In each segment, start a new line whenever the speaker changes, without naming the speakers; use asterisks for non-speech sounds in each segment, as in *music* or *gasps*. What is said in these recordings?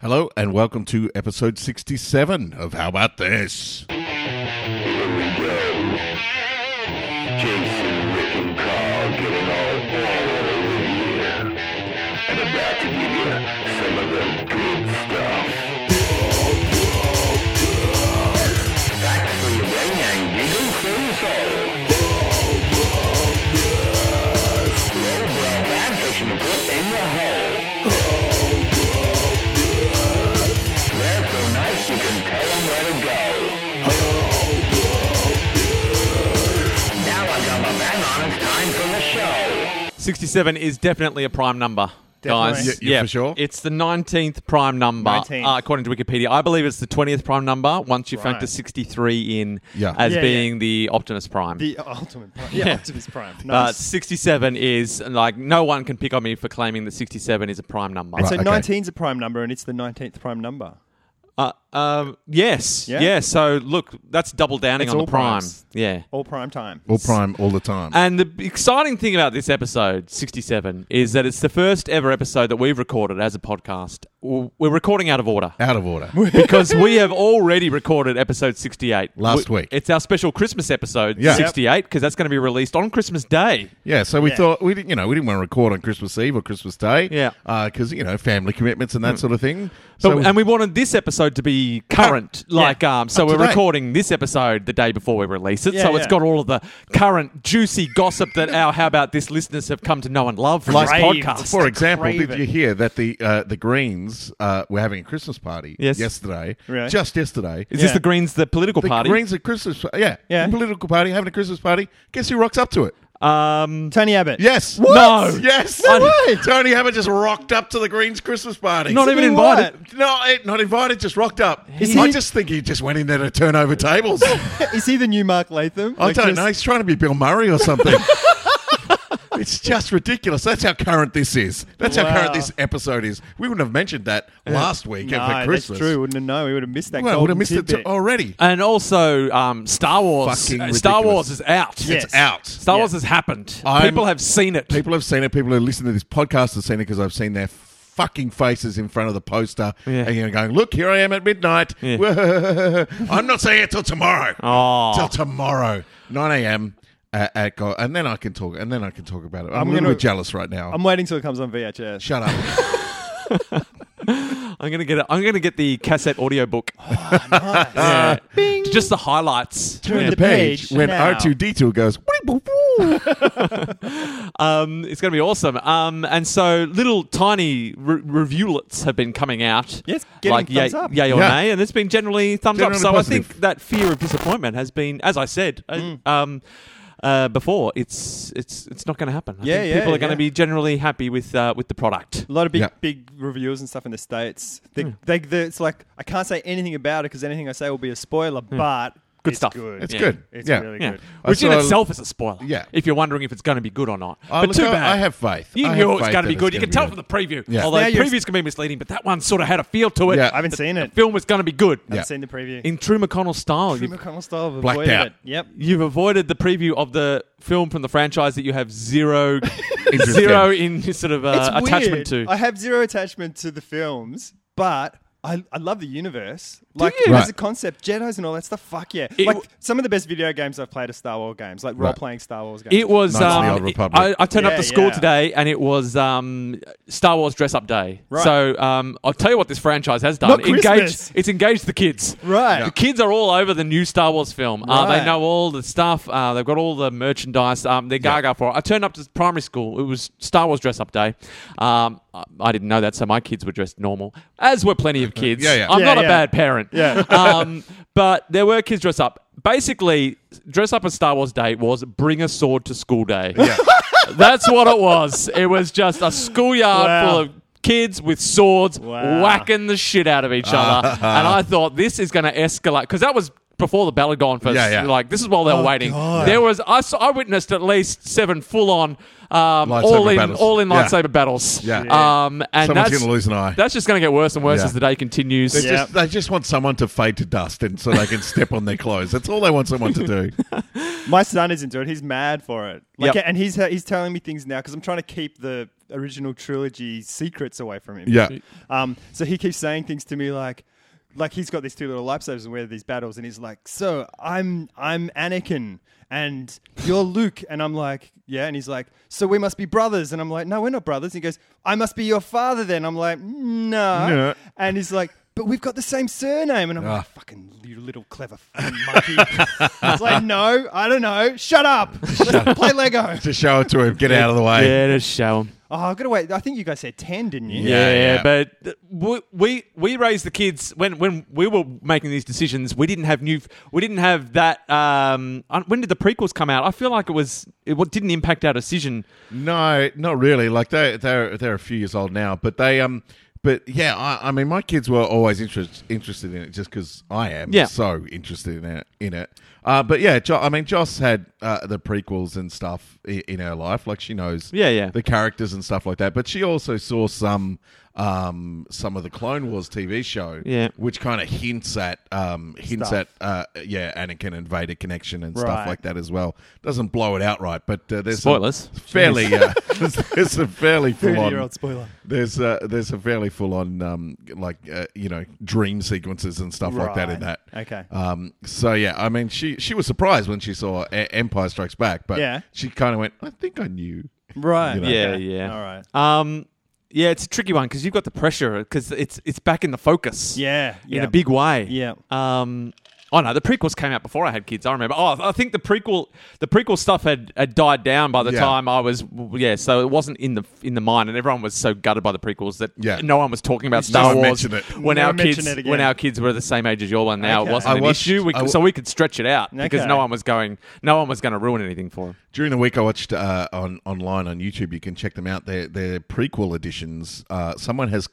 Hello, and welcome to episode 67 of How About This?
Here we go. Jason, Rick, and Carl getting all bored over here. And about to give you some of the good stuff. Back for your brain and giggle for your soul. Lowbrow fanfiction put in the hole. They're so nice you can tell 'em where to go. Now I got my bang on, it's time for the show.
67 is definitely a prime number.
Definitely.
Guys,
Y- yeah, for sure.
It's the 19th prime number,
19th.
Uh, according to Wikipedia. I believe it's the 20th prime number once you
Right.
factor 63 in
Yeah.
as
Yeah,
being the Optimus Prime.
The ultimate prime. Yeah,
Yeah.
Optimus Prime.
but
Nice.
67 is like no one can pick on me for claiming that 67 is a prime number.
Right.
so
okay.
19's a prime number, and it's the 19th prime number.
Uh, um, yes, yeah.
Yeah?
So look, that's double downing
It's
on the
all
prime.
primes.
Yeah.
All prime time.
All prime, all the time.
And the exciting thing about this episode, 67, is that it's the first ever episode that we've recorded as a podcast. W- We're recording out of order.
Out of order.
because we have already recorded episode 68
Last
We-
week.
It's our special Christmas episode
Yeah.
68 because that's going to be released on Christmas Day.
Yeah, so we
Yeah.
thought we didn't, you know, we didn't want to record on Christmas Eve or Christmas Day,
Yeah. Hmm.
because you know family commitments and that sort of thing.
But,
So
and we wanted this episode to be current, like um, so
Up
we're
to date.
recording this episode the day before we release it,
Yeah,
so it's
yeah.
got all of the current juicy gossip that our how about this listeners have come to know and love from this
Craved.
podcast.
for example,
crave
did
it.
you hear that the uh, the Greens uh, were having a Christmas party
Yes.
yesterday?
Really?
Just yesterday.
Is
Yeah.
this the Greens, the political
the
party?
Greens at Christmas, yeah,
Yeah.
the political party having a Christmas party. Guess who rocks up to it?
um,
Tony Abbott.
Yes.
What? No.
Yes.
No
way. Tony Hammer just rocked up to the Greens Christmas party.
not even
mean
invited.
No, eh, not invited. Just rocked up.
Is
I
he-
just think he just went in there to turn over
*laughs*
tables. I
Is he the new Mark Latham? Like,
don't
just-
know. He's trying to be Bill Murray or something. *laughs* it's just ridiculous. That's how current this is. That's how current
Wow.
this episode is. We wouldn't have mentioned that last week
No,
for
that's
Christmas.
true. Wouldn't have known. We would have missed that.
Well, I would have
golden
missed it Oh.
tidbit.
t- already.
And also, um, Star Wars.
Fucking
uh, Star
ridiculous.
Wars is out.
Yes.
It's out.
Star Wars
Yeah.
has happened.
I'm-
People have seen it.
People have seen it. People who listen to this podcast have seen it because I've seen their fucking faces in front of the poster
Yeah.
and you know, going, "Look, here I am at midnight. *laughs* I'm not saying it till tomorrow.
Oh.
Till tomorrow, nine a.m. At, at Go- and then I can talk. And then I can talk about it. I'm,
I'm
a little
gonna-
bit jealous right now.
I'm waiting till it comes on VHS.
Shut
*laughs*
up.
I'm gonna get. A, I'm gonna get the cassette audiobook. *laughs*
Ah.
Yeah. Just the highlights.
Turn
the page, when
now.
R2D2 goes. "Wee, woo, woo."
Um, it's gonna be awesome. Um, and so little tiny re- reviewlets have been coming out.
Yes, getting
like yay,
thumbs up.
yay or
Yeah.
nay, and it's been generally thumbs
Generally
up. So
positive.
I think that fear of disappointment has been, as I said, uh,
Mm.
um. Uh, before it's it's it's not going to happen. I
Yeah,
think
yeah,
people are going to
yeah.
be generally happy with uh, with the product.
A lot of big,
Yeah. Hmm.
big reviewers and stuff in the states. They, they, they, it's like I can't say anything about it because anything I say will be a spoiler. But
Good
it's
stuff.
Good.
It's
Yeah.
Hmm. good.
It's
yeah.
really
Yeah.
good.
I
Which in
saw-
itself is a spoiler.
Yeah.
If you're wondering if it's going to be good or not.
Oh,
but
look,
too
I-
bad.
I have faith.
You
I
knew
have
it was
faith that
going to be
it's
good.
gonna
You can
be
tell
good.
from the preview.
Yeah.
Although
Now
the
you're-
previews can be misleading, but that one sort of had a feel to it.
Yeah.
I haven't seen
The
it.
film was going to be good.
I
Yeah.
haven't seen the preview.
In true McConnell style,
Drew
you've,
McConnell style of
Blacked
avoided
out.
it. Yep.
you've avoided the preview of the film from the franchise that you have
*laughs*
zero,
Interest
zero in sort of uh,
It's
attachment to.
weird. I have zero attachment to the films, but I, I love the universe. Like
you?
as
Right.
a concept, Jedi's and all that stuff. Fuck yeah!
It
like
w-
some of the best video games I've played are Star Wars games, like
Right.
role playing Star Wars games.
It was.
Knights of the Old
Um,
Republic.
I, I turned up
Yeah,
to school
yeah.
today, and it was um, Star Wars dress up day.
Right.
So um, I'll tell you what this franchise has done.
Not
engage.
Christmas.
It's engaged the kids.
Right.
The kids are all over the new Star Wars film. Uh, they
Right.
know all the stuff. Uh, they've got all the merchandise. Um, they're gaga for it. I turned up to primary school. It was Star Wars dress up day. Um, I- I didn't know that, so my kids were dressed normal, as were plenty of kids.
Yeah, yeah.
I'm
Yeah,
not a
yeah.
bad parent.
Yeah.
*laughs* um, but there were kids dress up. Basically, dress up as Star Wars Day was bring a sword to school day. That's what it was. It was just a schoolyard
Wow.
full of kids with swords
*laughs*
Wow.
whacking the shit out of each other. and I thought this is going to escalate because that was before the ballad gone first.
Yeah, yeah.
Like this is while they're waiting.
God.
There was I, saw, I witnessed at least seven full on um,
Lightsaber
all in
battles.
all in
Yeah.
lightsaber battles.
Yeah.
Um, *laughs* and
Someone's
that's
going to lose an eye.
that's just going to get worse and worse
Yeah.
as the day continues.
They
Yeah.
just, they just want someone to fade to dust and so they can step on their clothes. That's all they want someone to
*laughs*
do.
*laughs* My son is into it. He's mad for it. Like,
Yep.
and he's he's telling me things now because I'm trying to keep the original trilogy secrets away from him.
Yeah.
Um. So he keeps saying things to me like. Like he's got these two little lifesavers and we're at these battles, and he's like, "So I'm I'm Anakin, and you're Luke," and I'm like, "Yeah," and he's like, "So we must be brothers," and I'm like, "No, we're not brothers." And he goes, "I must be your father then." I'm like, "No,"
No.
and he's like, "But we've got the same surname," and I'm
Ah.
like, "Fucking you little clever fucking monkey!" it's like, "No, I don't know. Shut up. Let's play Lego."
To show it to him, get out of the way.
Yeah, just show 'em.
Oh, I gotta wait. I think you guys said ten, didn't you?
Yeah,
Yeah,
yeah.
but th- we, we we raised the kids when when we were making these decisions. We didn't have new. We didn't have that. Um, I- when did the prequels come out? I feel like it was it wa- didn't impact our decision.
No, not really. Like they they're they're a few years old now, but they um, but yeah, I, I mean, my kids were always interest, interested in it just because I am
Yeah.
so interested in it. In it. Uh, but yeah, jo- I mean, Joss had uh, the prequels and stuff in, in her life. Like she knows,
Yeah, yeah.
the characters and stuff like that. But she also saw some um some of the Clone Wars TV show,
Yeah.
which kind of hints at um hints
Stuff.
at uh yeah Anakin and Vader connection and stuff
Right.
like that as well. Doesn't blow it outright, but uh, there's some
Spoilers.
fairly uh, *laughs* there's, there's a fairly full on
Thirty-year-old spoiler.
there's a, there's a fairly full on um, like uh, you know dream sequences and stuff like that in
Right.
that.
Okay.
Um, so yeah, I mean she she was surprised when she saw A- Empire Strikes Back, but
Yeah.
she kind of went, I think I knew.
Right.
You know.
Yeah,
okay.
yeah.
All right.
Um, yeah, it's a tricky one because you've got the pressure because it's it's back in the focus.
Yeah.
in
yeah.
a big way.
Yeah.
Um. Oh no, the prequels came out before I had kids. I remember. Oh, I think the prequel, the prequel stuff had, had died down by the
Yeah.
time I was. Yeah, so it wasn't in the in the mind, and everyone was so gutted by the prequels that
Yeah.
no one was talking about
No
Star
one
Wars
mentioned it.
when
No
our
one mentioned
kids
it again.
when our kids were the same age as your one. Now
Okay.
it wasn't
I
an
watched-
issue, we,
I wa-
so we could stretch it out because
Okay.
no one was going. No one was going to ruin anything for him.
During the week, I watched uh, on online on YouTube. You can check them out. They're, they're prequel editions. Uh, someone has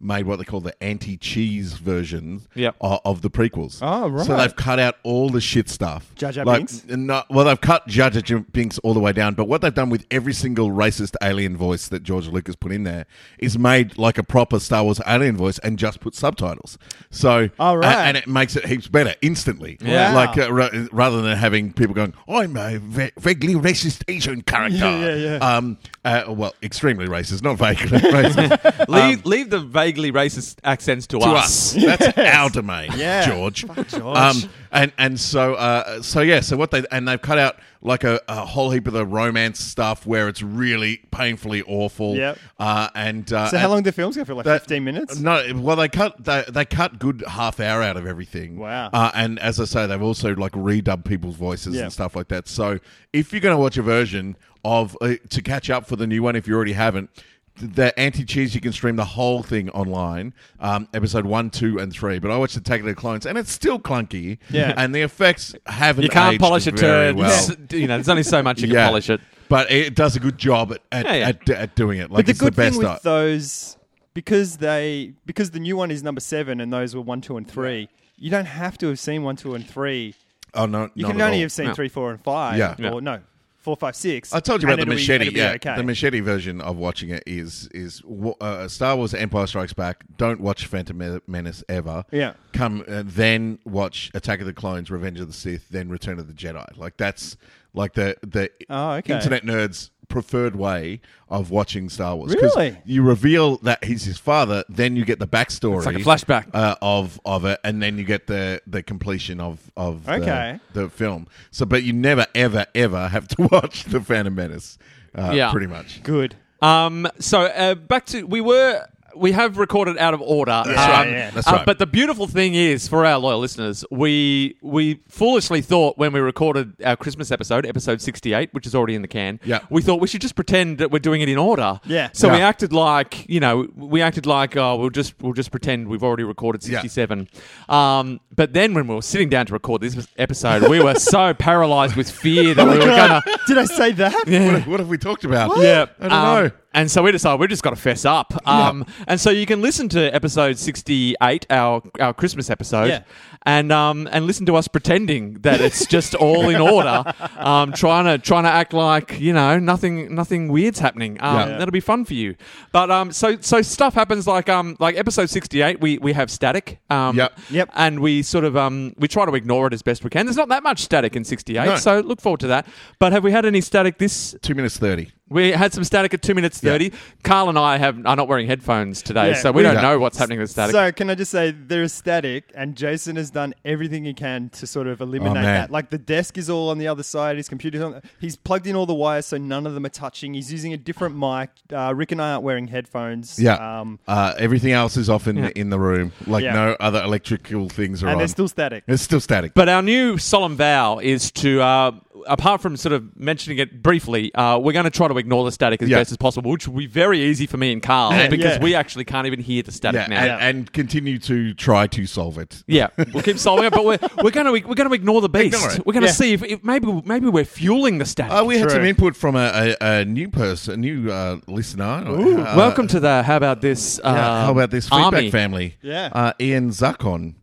made what they call the anti-cheese version
Yep.
o- of the prequels.
Oh, right.
So they've cut out all the shit stuff.
Jar Jar Binks?
No, well, they've cut Jar Jar Binks all the way down. But what they've done with every single racist alien voice that George Lucas put in there is made like a proper Star Wars alien voice and just put subtitles. So,
Oh, right.
and, and it makes it heaps better instantly.
Yeah.
like uh, ra- rather than having people going, I'm a ve- vaguely racist Asian character.
Yeah, yeah,
Um, uh, well, extremely racist, not vaguely *laughs* racist.
Leave leave the vaguely racist accents to,
Um, to
us.
us,
*laughs*
that's our domain,
Yeah.
George. Um, and and so uh, so yeah, so what they and they've cut out like a, a whole heap of the romance stuff where it's really painfully awful.
Yep.
Uh, and uh,
So how
and-
long did the films go for? Like
that-
fifteen minutes.
No, well they cut they, they cut good half hour out of everything.
Wow.
Uh, and as I say, they've also like redubbed people's voices
Yeah.
and stuff like that. So if you're going to watch a version of uh, to catch up for the new one, if you already haven't. The anti cheese, you can stream the whole thing online, um, episode one, two, and three. But I watched Attack of the Clones, and it's still clunky.
Yeah.
and the effects haven't.
You can't
aged
polish a
very
turd.
Well.
*laughs* You know, there's only so much you can polish it.
but it does a good job at at,
Yeah, yeah.
at, at doing it. Like
But the
it's the
good
best.
thing with
I-
those, because they, because the new one is number seven, and those were one, two, and three. You don't have to have seen one, two, and three.
oh no,
You
not
can
at
only
all.
have seen
No.
three, four, and five.
Yeah.
Yeah.
Or no, four, five, six.
I told you about
and
the
it'll be-
machete.
it'll be
yeah,
okay.
the machete version of watching it is is wa- uh, Star Wars: Empire Strikes Back. Don't watch Phantom Men- Menace ever.
Yeah.
come uh, then watch Attack of the Clones, Revenge of the Sith, then Return of the Jedi. Like that's like the the
Oh, okay.
internet nerds preferred way of watching Star Wars. 'Cause
Really?
you reveal that he's his father, then you get the backstory.
It's like a flashback.
uh, of of it, and then you get the the completion of of the-
Okay.
the, film. So, but you never ever ever have to *laughs* watch the Phantom Menace. Uh,
Yeah.
pretty much.
Good.
Um, so uh, back to we were we have recorded out of order. That's
right.
Yeah.
That's
uh,
right.
But the beautiful thing is, for our loyal listeners, we we foolishly thought when we recorded our Christmas episode, episode sixty eight, which is already in the can.
Yeah.
We thought we should just pretend that we're doing it in order.
Yeah.
So we
Yeah.
acted like you know we acted like oh we'll just we'll just pretend we've already recorded
Yeah.
sixty seven. Um, but then when we were sitting down to record this episode, we were
*laughs*
so paralysed with fear that we were gonna.
*laughs* Did I say that?
What, have, what have we talked about?
Yeah.
I don't
Um,
know.
And so we decided we've just got to fess up. Um, And so you can listen to episode 68, our, our Christmas episode,
Yeah.
and um, and listen to us pretending that it's just all
*laughs*
in order, um, trying to trying to act like you know nothing nothing weird's happening. Um,
Yeah.
That'll be fun for you. But um, so so stuff happens like um like episode 68, we we have static. Um,
Yep.
Yep.
And we sort of um we try to ignore it as best we can. There's not that much static in 68,
No.
so look forward to that. But have we had any static this
Two minutes thirty.
we had some static at two minutes thirty. Carl and I have are not wearing headphones today,
Yeah,
so we
we-
don't
Yeah.
know what's happening with static.
So can I just say there is static, and Jason has done everything he can to sort of eliminate
Oh, man.
that. Like the desk is all on the other side, his computer's on. He's plugged in all the wires, so none of them are touching. He's using a different mic. Uh, Rick and I aren't wearing headphones.
Yeah.
Um,
uh, everything else is off in, in the room. Like
Yeah.
no other electrical things are
and
on.
they're still static.
it's still static.
but our new solemn vow is to, uh, apart from sort of mentioning it briefly, uh, we're going to try to ignore the static as
Yeah.
best as possible, which will be very easy for me and Carl
Yeah.
because
Yeah.
we actually can't even hear the static
yeah,
now.
and, and continue to try to solve it.
Yeah, we'll keep solving it, but we're we're going to we're going to ignore the beast.
Ignore it.
We're going to
Yeah.
see if, if maybe maybe we're fueling the static.
Uh, we had
True.
some input from a, a, a new person, a new uh, listener. Uh,
Welcome to the how about this? Uh,
yeah, how about this feedback
army.
family?
Yeah.
Uh, Ian Zakon.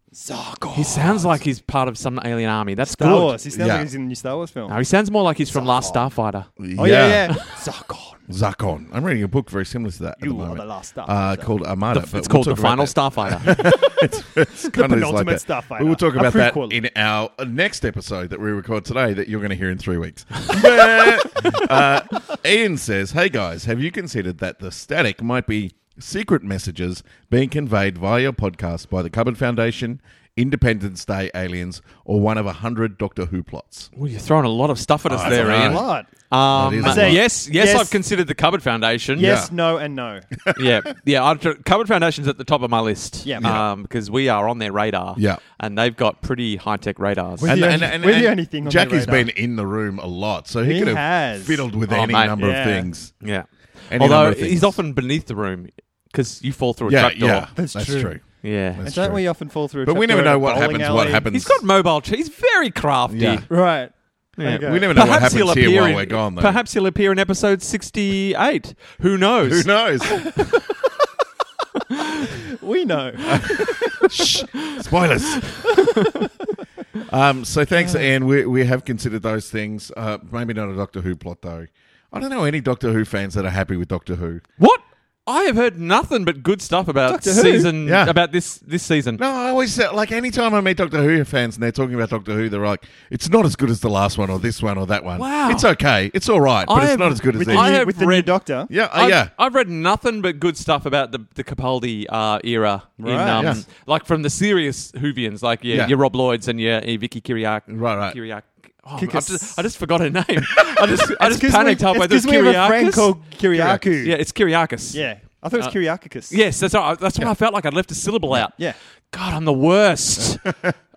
He sounds like he's part of some alien army. That's
Star
good.
Wars. He sounds
Yeah. Uh,
like he's in the new Star Wars film.
No, he sounds more like he's from Last Starfighter.
oh yeah, yeah. Zarkon.
Zakon. I'm reading a book very similar to that. at
You
the
are
moment,
the last star.
Uh, called Armada. but
it's
we'll
called The
talk about
Final
that. *laughs*
Starfighter.
It's kind of like
penultimate
that.
Starfighter.
We will talk
A
about that
prequel.
in our next episode that we record today that you're going to hear in three weeks. *laughs* uh, Ian says, Hey guys, have you considered that the static might be secret messages being conveyed via your podcast by the Cupboard Foundation, Independence Day aliens, or one of a hundred Doctor Who plots?
well, you're throwing a lot of stuff at us there,
right.
Ian.
What?
Lot.
Um,
That is a
yes,
lot.
yes,
Yes.
I've considered the Cupboard Foundation.
Yes,
Yeah.
no,
*laughs*
and no.
yeah, yeah. I've, tr- Cupboard Foundation's at the top of my list.
Yeah. Yeah.
um, because we are on their radar.
Yeah.
and they've got pretty high tech radars.
We're the only- we're the only thing on their
Jackie's
radar.
been in the room a lot, so he,
He
could have
has.
fiddled with
Oh,
any
mate.
number
Yeah.
of things.
yeah,
Any
although
number of things.
he's often beneath the room because you fall through a
Yeah,
trapdoor.
yeah,
That's
that's
true.
true.
yeah.
And
That's
don't
true.
we often fall through? A
But we
trapdoor
never
at
know
a
what
bowling
happens.
alley?
What happens?
He's got mobile. Ch- he's very crafty.
Yeah.
Right.
Yeah.
Okay.
We never know what happens
Perhaps he'll
here
appear
while
in-
we're gone, though.
Perhaps he'll appear in episode 68. Who knows?
Who knows?
*laughs*
We know.
*laughs* Shh. Spoilers.
*laughs*
um, so thanks, Anne. We, we have considered those things. Uh, maybe not a Doctor Who plot, though. I don't know any Doctor Who fans that are happy with Doctor Who.
What? I have heard nothing but good stuff about
Doctor Who?
season
Yeah.
about this this season.
No, I always say, like anytime I meet Doctor Who fans and they're talking about Doctor Who, they're like, "It's not as good as the last one or this one or that one.
Wow.
it's okay, it's all right, but
I
it's
have-
not as good as
with
this."
I
New-
have
with the new
read-
doctor.
yeah, uh,
I've,
yeah.
I've read nothing but good stuff about the, the Capaldi uh, era, in,
Right.
um,
Yeah.
like from the serious Hoovians, like your,
Yeah.
your Rob Lloyds and your, your Vicky Kiriak.
Right, right.
Kiriak. Oh, I've
Kikas-
just, I just forgot her name. I just, I just panicked halfway through.
because we have a friend
Kyriakis?
called Kyriakou.
Yeah, it's Kiriakis.
Yeah. I
Uh,
thought it was Kyriakicus.
Yes, that's all, that's what I felt like. I'd left a syllable out.
Yeah.
God, I'm the worst.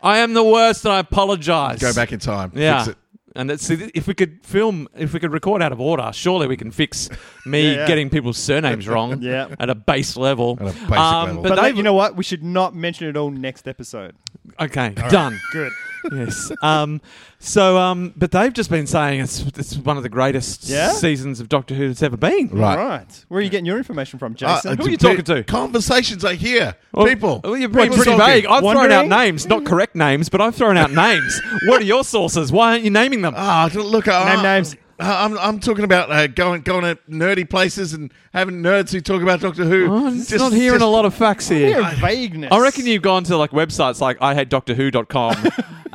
I am the worst, and I apologize.
Go back in time.
Yeah.
Fix it.
And that's, if we could film, if we could record out of order, surely we
*laughs*
can fix me
Yeah, yeah.
getting people's surnames wrong
*laughs* Yeah.
at a base level. Um,
At a basic level.
But,
But
they,
like, you know what? We should not mention it all next episode.
okay,
*laughs*
done.
Good.
yes. Um, so, um, but they've just been saying it's, it's one of the greatest
Yeah?
seasons of Doctor Who that's ever been.
Right.
All right. Where are you getting your information from,
Uh,
Jason?
uh,
Who are you
pe-
talking to?
Conversations I hear.
Well,
People.
well, you're being
What's
pretty
talking?
vague. I've
Wondering?
thrown out names, not correct names, but I've thrown
*laughs*
out names. What are your sources? Why aren't you naming them?
Ah, look, I,
Name names.
I- I'm, I'm talking about uh, going going to nerdy places and having nerds who talk about Doctor Who.
Oh, it's not
Uh,
hearing
just-
a lot of facts here.
Mere vagueness.
I reckon you've gone to like websites like I hate
*laughs*
Doctor Who.com.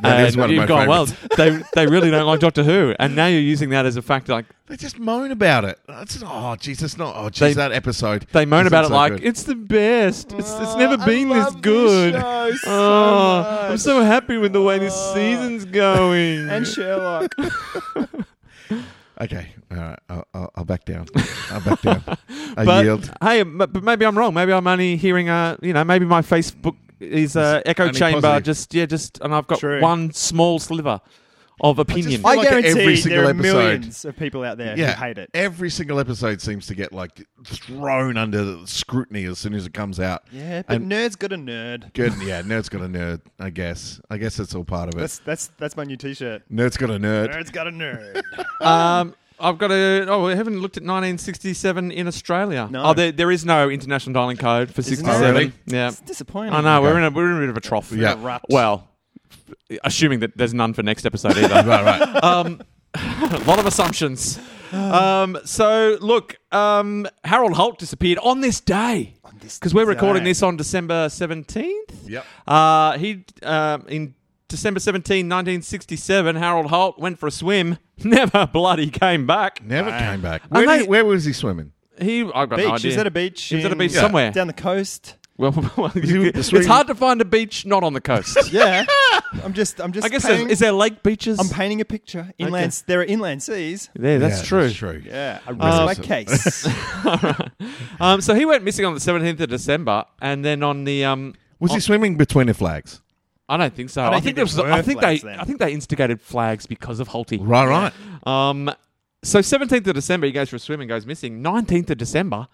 That is one of
you've
my
gone, well, they, they really don't like Doctor Who. And now you're using that as a fact. Like
They just moan about it. It's not, oh, jeez, it's not. Oh,
They-
jeez, that episode.
They moan
It's
about
not
it
so
like,
good.
it's the best. It's, it's
Oh,
never
I
been this
love this
good.
show so
Oh,
much.
I'm so happy with the way this
Oh.
season's going.
And Sherlock.
*laughs*
okay, all right, I'll, I'll, I'll back down. I'll back down.
*laughs*
I
but
yield.
hey, m- but maybe I'm wrong. Maybe I'm only hearing. Uh, you know, maybe my Facebook is uh,
It's
echo
only
chamber.
positive.
Just yeah, just and I've got
True.
one small sliver of opinion.
feel
I
like
guarantee
every
there
single
are
episode.
millions of people out there
Yeah,
who hate it.
Every single episode seems to get like thrown under scrutiny as soon as it comes out.
Yeah, but
And-
nerd's got a nerd.
Good. Yeah, nerd's got a nerd. I guess. I guess that's all part of it.
That's that's that's my new T-shirt.
nerd's got a nerd.
Nerd's got a nerd.
um, I've got a. Oh, I haven't looked at 1967 in Australia.
No.
Oh, there, there is no international dialing code for
Isn't
67.
there? Oh, really?
Yeah.
It's disappointing.
I know. We're in a we're in a bit of a trough.
Yeah.
Rut.
Well, assuming that there's none for next episode
*laughs*
either.
*laughs* Right, right.
um, a lot of assumptions. Um, so look, um, Harold Holt disappeared on this day
this
because we're recording
day.
this on December 17th.
Yep.
Uh, he um, in December 17, 1967, Harold Holt went for a swim. *laughs* Never bloody came back.
Never came back. Where,
they-
did- where was he swimming?
He I got
Beach.
no
Is
idea.
that a beach?
He was at a
in-
beach
Yeah.
somewhere.
Down the coast.
Well, *laughs* well,
he-
it's hard to find a beach not on the
*laughs*
coast.
Yeah. I'm just. I'm just.
I guess
painting,
there's, is there lake beaches?
I'm painting a picture. Inland. There are inland seas.
yeah, that's
Yeah,
true.
That's
*laughs*
true.
Yeah. I rest my
Um,
case.
Um, so he went missing on the 17th of December, and then on the um,
Was
Oh.
he swimming between the flags?
I don't think so. I,
don't
think,
think
there
there
was. I
were
think they.
flags then.
I think they instigated flags because of Holty.
Right, right.
Um, so 17th of December, he goes for a swim and goes missing. 19th of December,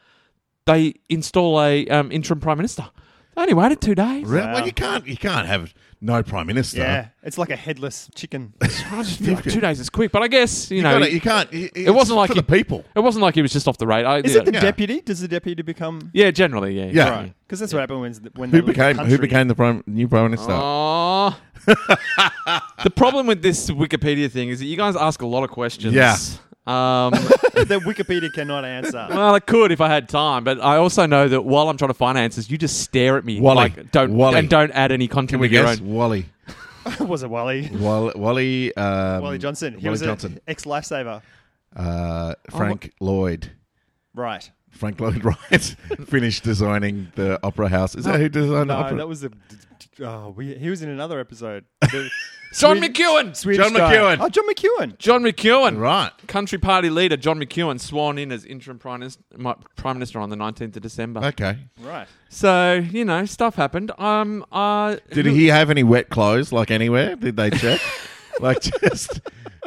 they install a um, interim prime minister. They only waited two days.
Re-
Wow.
Well, you can't you can't have no prime minister.
yeah. It's like a headless chicken.
I just feel like
*laughs*
two days is quick, but I guess you,
You,
know
gotta- you can't. It,
it wasn't like
for
he-
the people.
it wasn't like he was just off the radar.
Is
yeah.
it the
Yeah.
deputy? Does the deputy become?
yeah, generally, yeah.
Yeah.
Right. Because that's what happened when when
Who
they leave the
became who
country. *laughs*
became the prime, new prime minister?
Aw. the problem with this Wikipedia thing is that you guys ask a lot of questions.
Yeah.
Um, *laughs*
that Wikipedia cannot answer. *laughs*
well, I could if I had time, but I also know that while I'm trying to find answers, you just stare at me
Wally.
like don't
Wally.
and don't add any content.
Can we
of your
guess?
own.
Wally.
was it Wally?
Wally. Wally, um,
Wally Johnson. He
Wally
was Oh,
Johnson.
an ex lifesaver.
Uh, Frank Lloyd.
Right.
Frank Lloyd *laughs* Wright finished designing the Opera House. Is that who designed the
No,
Opera?
that was the. Oh, we, he was in another episode.
John
Swedish-
McEwen,
Swedish
John
guy.
McEwen.
Oh, John McEwen.
John McEwen,
right.
Country Party leader John McEwen sworn in as interim prime minister, prime minister on the 19th of December.
Okay.
Right.
So you know stuff happened. Um, uh,
Did he have any wet clothes like anywhere? Did they check? like just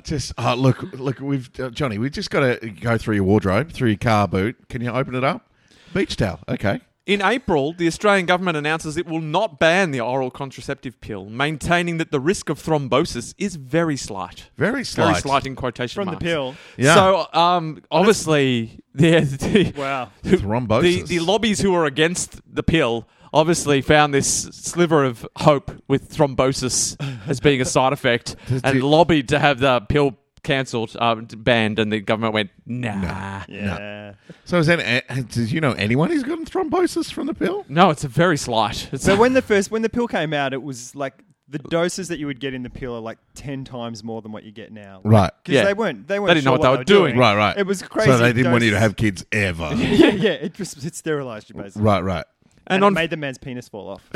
just oh look look we've uh, Johnny, we've just got to go through your wardrobe, through your car boot. Can you open it up? Beach towel. Okay.
In April, the Australian government announces it will not ban the oral contraceptive pill, maintaining that the risk of thrombosis is very slight.
Very
Very
slight.
slight in quotation
From the
marks.
pill.
Yeah.
So, um, obviously, yeah, the, *laughs*
Wow.
Thrombosis.
the, the lobbies who were against the pill obviously found this sliver of hope with
*laughs*
thrombosis as being a side effect and
the-
lobbied to have the pill cancelled, uh, banned, and the government went, nah.
Yeah.
So is that, uh, did you know anyone who's gotten thrombosis from the pill?
No, it's a very slight. It's
So when the first when the pill came out, it was like the doses that you would get in the pill are like ten times more than what you get now.
Right.
Because
Yeah.
they weren't they weren't
didn't know
sure
what they were doing.
Right, right.
It was crazy.
So they didn't want you to
doses.
have kids ever.
*laughs* yeah, yeah. It just it sterilized you basically.
right, right.
And,
And on-
it made the man's penis fall off.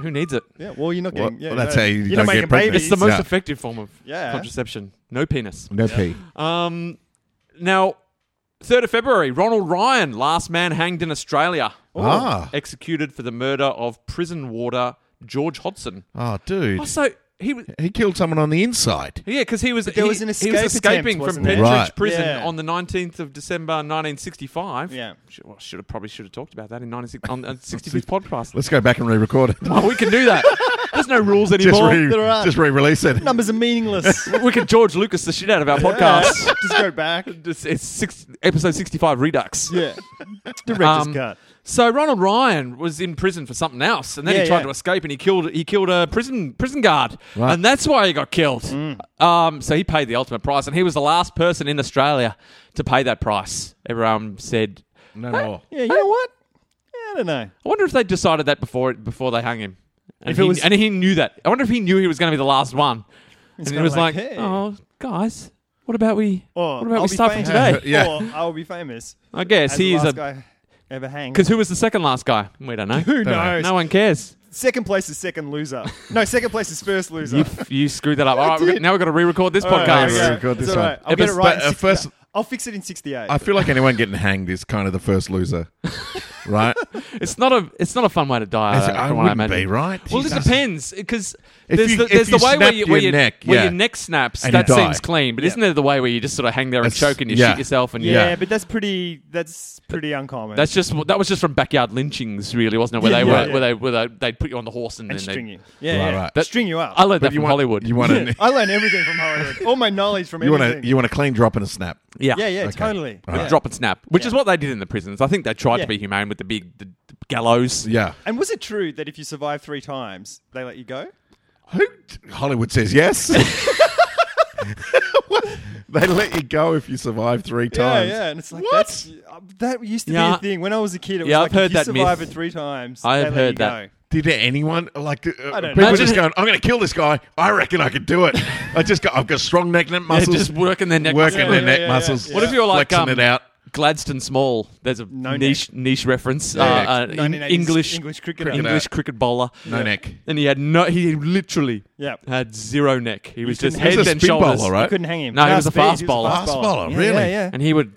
who needs it?
Yeah, well, you're not
Well,
getting. yeah,
well, that's how you
you're
don't get
not making
pregnant.
babies.
It's the most
Yeah.
effective form of
Yeah.
contraception. No penis.
No pee.
Um, now, 3rd of February, Ronald Ryan, last man hanged in Australia, Oh.
Ah.
executed for the murder of prison warder George Hodson.
Oh, dude.
Oh, so he was.
He killed someone on the inside.
Yeah, because he was
there
he,
was
he
an
was
escape attempt,
escaping from
wasn't there?
Pentridge
Right.
prison
Yeah.
on the nineteenth of December, nineteen sixty-five.
Yeah.
should, well, should have probably should have talked about that in ninety-six on
*laughs*
the sixty-fifth podcast.
Let's go back and re-record it.
Oh, we can do that. There's no
*laughs*
rules
Just,
anymore.
re-
there are-
just re-release it.
*laughs* Numbers
*laughs*
are meaningless.
we could George Lucas the shit out of our podcast.
Yeah. *laughs* just go back.
It's, it's six, episode 65 Redux. *laughs*
Yeah. Director's
Um,
cut.
So Ronald Ryan was in prison for something else, and then
Yeah,
he tried
yeah.
to escape, and he killed he killed a prison prison guard,
Right.
and that's why he got killed.
Mm.
Um, so he paid the ultimate price, and he was the last person in Australia to pay that price. Everyone said,
No more.
Yeah, you know what? Yeah, I don't know.
"I wonder if they decided that before before they hung him." And,
If
he,
it was-
and he knew that. I wonder if he knew he was going to be the last one, and he
kinda
was
like,
like,
"Hey."
"Oh, guys." What about we?
Or
what about
I'll
we
be
start from
famous.
today?
Yeah.
*laughs* Or I'll be famous.
I guess
As
he
the
is
last
a
guy ever hang.
because who was the second last guy? We don't know.
*laughs* who
know.
knows?
No one cares.
Second place is second loser. No, second place is first loser.
You, you screwed that
*laughs*
up. All right, we've got-
did.
now we've got to re-record this
All right,
podcast.
there we go.
Record
It's
this
all
one.
right. I'll get it
But-
right.
but
in
at
60
first-
I'll fix it in 68.
I feel like anyone getting hanged is kind of the first loser, right?
it's not a it's not a fun way to die.
That's-
though,
I
from what *laughs* I
wouldn't
imagine.
be, right?
Well, it
Jesus.
depends because
If
there's
you-
the,
if
there's
you
the way where,
snapped
you, where
your
your
neck,
where
yeah.
your neck snaps.
And you
that
die.
seems clean, but isn't there the way where you just sort of hang there and
That's-
choke and you
yeah.
shit yourself and you-
Yeah.
Yeah, but that's pretty. That's pretty uncommon.
That's just that was just from backyard lynchings, really, wasn't it? Where
Yeah,
they
yeah,
were,
yeah.
where they where they, they'd put you on the horse and,
and
then
string
they.
you. Yeah,
Right,
yeah.
right. That-
string you up.
I learned that
you
from
want,
Hollywood.
You
*laughs*
want
Yeah,
a,
I learn everything from Hollywood. All my knowledge
*laughs*
from
you want a,
everything.
you want a clean drop and a snap.
yeah,
yeah, yeah,
Okay.
totally.
All right.
Yeah.
drop and snap, which is
Yeah.
what they did in the prisons. I think they tried
Yeah.
to be humane with the big the, the gallows.
Yeah.
And was it true that if you survive three times, they let you go?
Who? Hollywood says
*laughs*
yes. *laughs* What? They let you go if you survive three times.
Yeah, yeah. And it's like
What?
that's uh, that used to
Yeah.
be a thing when I was a kid. It was
Yeah, I've
like
heard
if you
that
survive
myth.
it three times,
I have
they let
heard
you
that.
go.
Did anyone like uh,
I don't
people
know.
just
Imagine-
going? I'm going to kill this guy. I reckon I can do it. I just got. I've got strong neck
*laughs*
neck muscles.
just working their neck
working
muscles.
their
Yeah,
neck
yeah, yeah,
muscles.
yeah.
What if you're like
flexing
um,
it out?
Gladstone Small? There's a
No
niche niche reference.
No neck.
uh, uh, in
1980s
English
English cricketer.
English cricket bowler.
No neck.
And he had no. He literally
Yeah.
had zero neck. He was
couldn't-
just
He
head
was
a
and
spin
shoulders.
bowler, right?
You couldn't hang him.
No, he was a
speed,
fast
he
bowler.
Fast bowler, really?
Yeah, yeah.
And he would.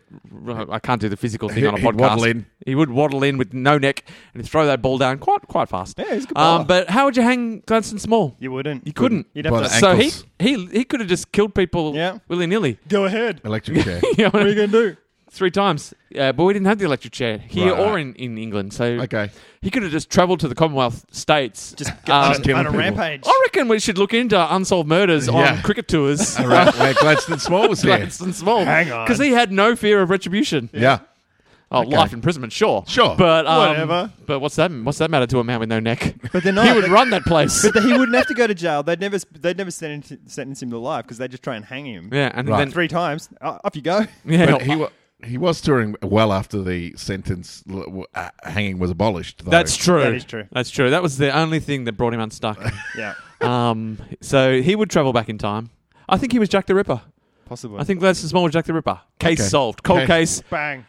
I can't do the physical thing
He-
on a
he'd
podcast.
waddle in.
He would waddle in with no neck and he'd throw that ball down quite quite fast.
Yeah, he's a good bowler.
um, But how would you hang Gladstone Small?
You wouldn't.
You couldn't.
You'd have
By
to
the
So he
ankles.
he he could have just killed people
Yeah.
willy nilly.
*laughs*
go ahead.
Electric chair.
*laughs* You know what
What
I
are you
mean?
gonna do?
Three times. Uh, but we didn't have the electric chair here
Right,
or
right.
in, in England. So
Okay.
he could have just travelled to the Commonwealth states. *laughs*
Just go
Um,
Just kill
on, a- on a
people.
rampage. *laughs*
I reckon we should look into unsolved murders
Yeah.
on
*laughs*
cricket tours. *laughs*
All right, where Gladstone Small was there.
Gladstone Small.
Hang on.
Because he had no fear of retribution.
Yeah.
Oh, life imprisonment, sure.
Sure.
But um,
Whatever.
But what's that what's that matter to a man with no neck?
But they're
*laughs*
not.
he would
they-
run that place.
But he wouldn't have to go to jail. They'd never. They'd never sentence, sentence him to life because they would just try and hang him.
*laughs* yeah, and
Right.
then
Three times. Uh, up
*laughs*
you go.
yeah,
But he wa- he was touring well after the sentence l- w- uh, hanging was abolished. Though.
that's true.
That is true.
That's true. That was the only thing that brought
*laughs*
him unstuck.
Yeah.
um, so he would travel back in time. I think he was Jack the Ripper.
Possibly.
I think that's the small Jack the Ripper. Case
Okay.
solved. Cold
Okay.
case
Bang.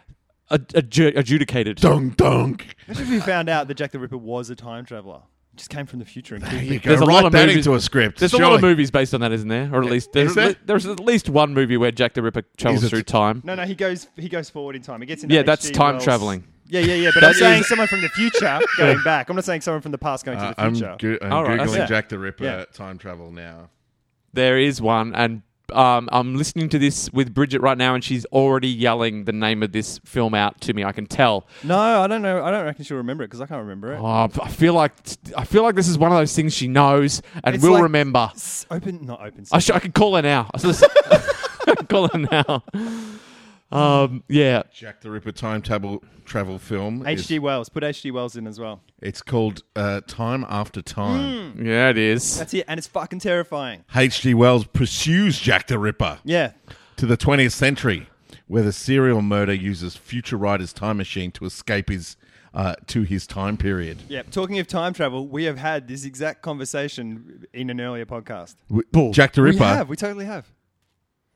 ad- adju- adjudicated.
dunk dunk.
Imagine if we found out that Jack the Ripper was a time traveler. Just came from the future and
There
killed
you
people.
go.
There's a
Write
lot of
that
movies-
into a script.
There's a lot of
surely.
movies based on that, isn't there? Or at least
Is
there's,
there?
there's at least one movie where Jack the Ripper travels
Is it-
through time.
No, no, he goes he goes forward in time. He gets into
yeah, that's
H.G.
time
Wells.
traveling.
Yeah, yeah, yeah. But
That
I'm saying
is-
someone from the
*laughs*
future going back. I'm not saying someone from the past going
Uh,
to the
I'm,
future.
go- I'm
All right,
googling
that's it.
Jack the Ripper
Yeah.
time travel now.
There is one, and um, I'm listening to this with Bridget right now, and she's already yelling the name of this film out to me. I can tell.
No, I don't know. I don't reckon she'll remember it because I can't remember it.
Oh, I feel like I feel like this is one of those things she knows and
It's
will
like-
remember.
S- Open, not open.
I, sh- I could call her now. *laughs* I s- I can call her *laughs* now. Um, yeah,
Jack the Ripper time travel travel film. is-
H.G. Wells. Put H.G. Wells in as well.
it's called uh, Time After Time.
yeah, it is.
That's it, and it's fucking terrifying.
Hmm.
H.G. Wells pursues Jack the Ripper
Yeah,
to the 20th century, where the serial murder uses future writer's time machine to escape his uh, to his time period.
yeah. Talking of time travel, we have had this exact conversation in an earlier podcast.
W- Jack the
We
Ripper
have. We totally have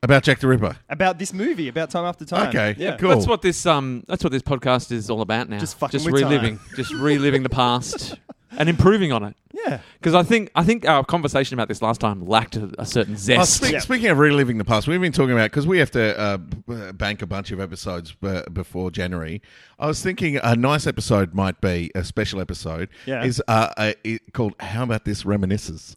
about Jack the Ripper.
about this movie, about time after time.
Okay,
Yeah.
cool.
That's what this um, that's what this podcast is all about now.
Just fucking
just
with time.
reliving, just reliving the
*laughs*
past and improving on it.
Yeah.
Because I think I think our conversation about this last time lacked a, a certain
Oh,
zest.
speak,
Yeah.
Speaking of reliving the past, we've been talking about because we have to uh, b- uh, bank a bunch of episodes b- before January. I was thinking a nice episode might be a special episode.
Yeah.
is uh, uh, it called "How About This Reminisces."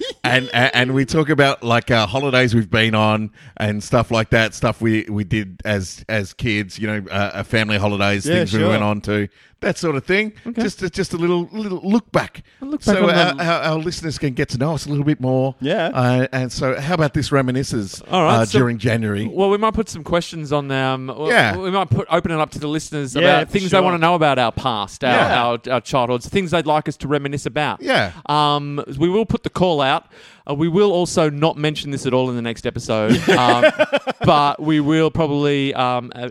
*laughs* And, and and we talk about like uh, holidays we've been on and stuff like that stuff we, we did as as kids you know uh, uh, family holidays
Yeah,
things we
sure.
went on to that sort of thing just just a little little look back,
look back
so uh,
on
our,
them.
our, our listeners can get to know us a little bit more
Yeah.
uh, and so, how about this reminisces
All right,
uh,
so-
during January?
Well, we might put some questions on them. Well,
Yeah.
we might put open it up to the listeners
Yeah,
about
for
things
sure.
they want to know about our past, our,
Yeah.
our, our childhoods, things they'd like us to reminisce about.
Yeah.
Um, we will put the call out. Uh, we will also not mention this at all in the
*laughs*
next episode, um, but we will probably um, uh,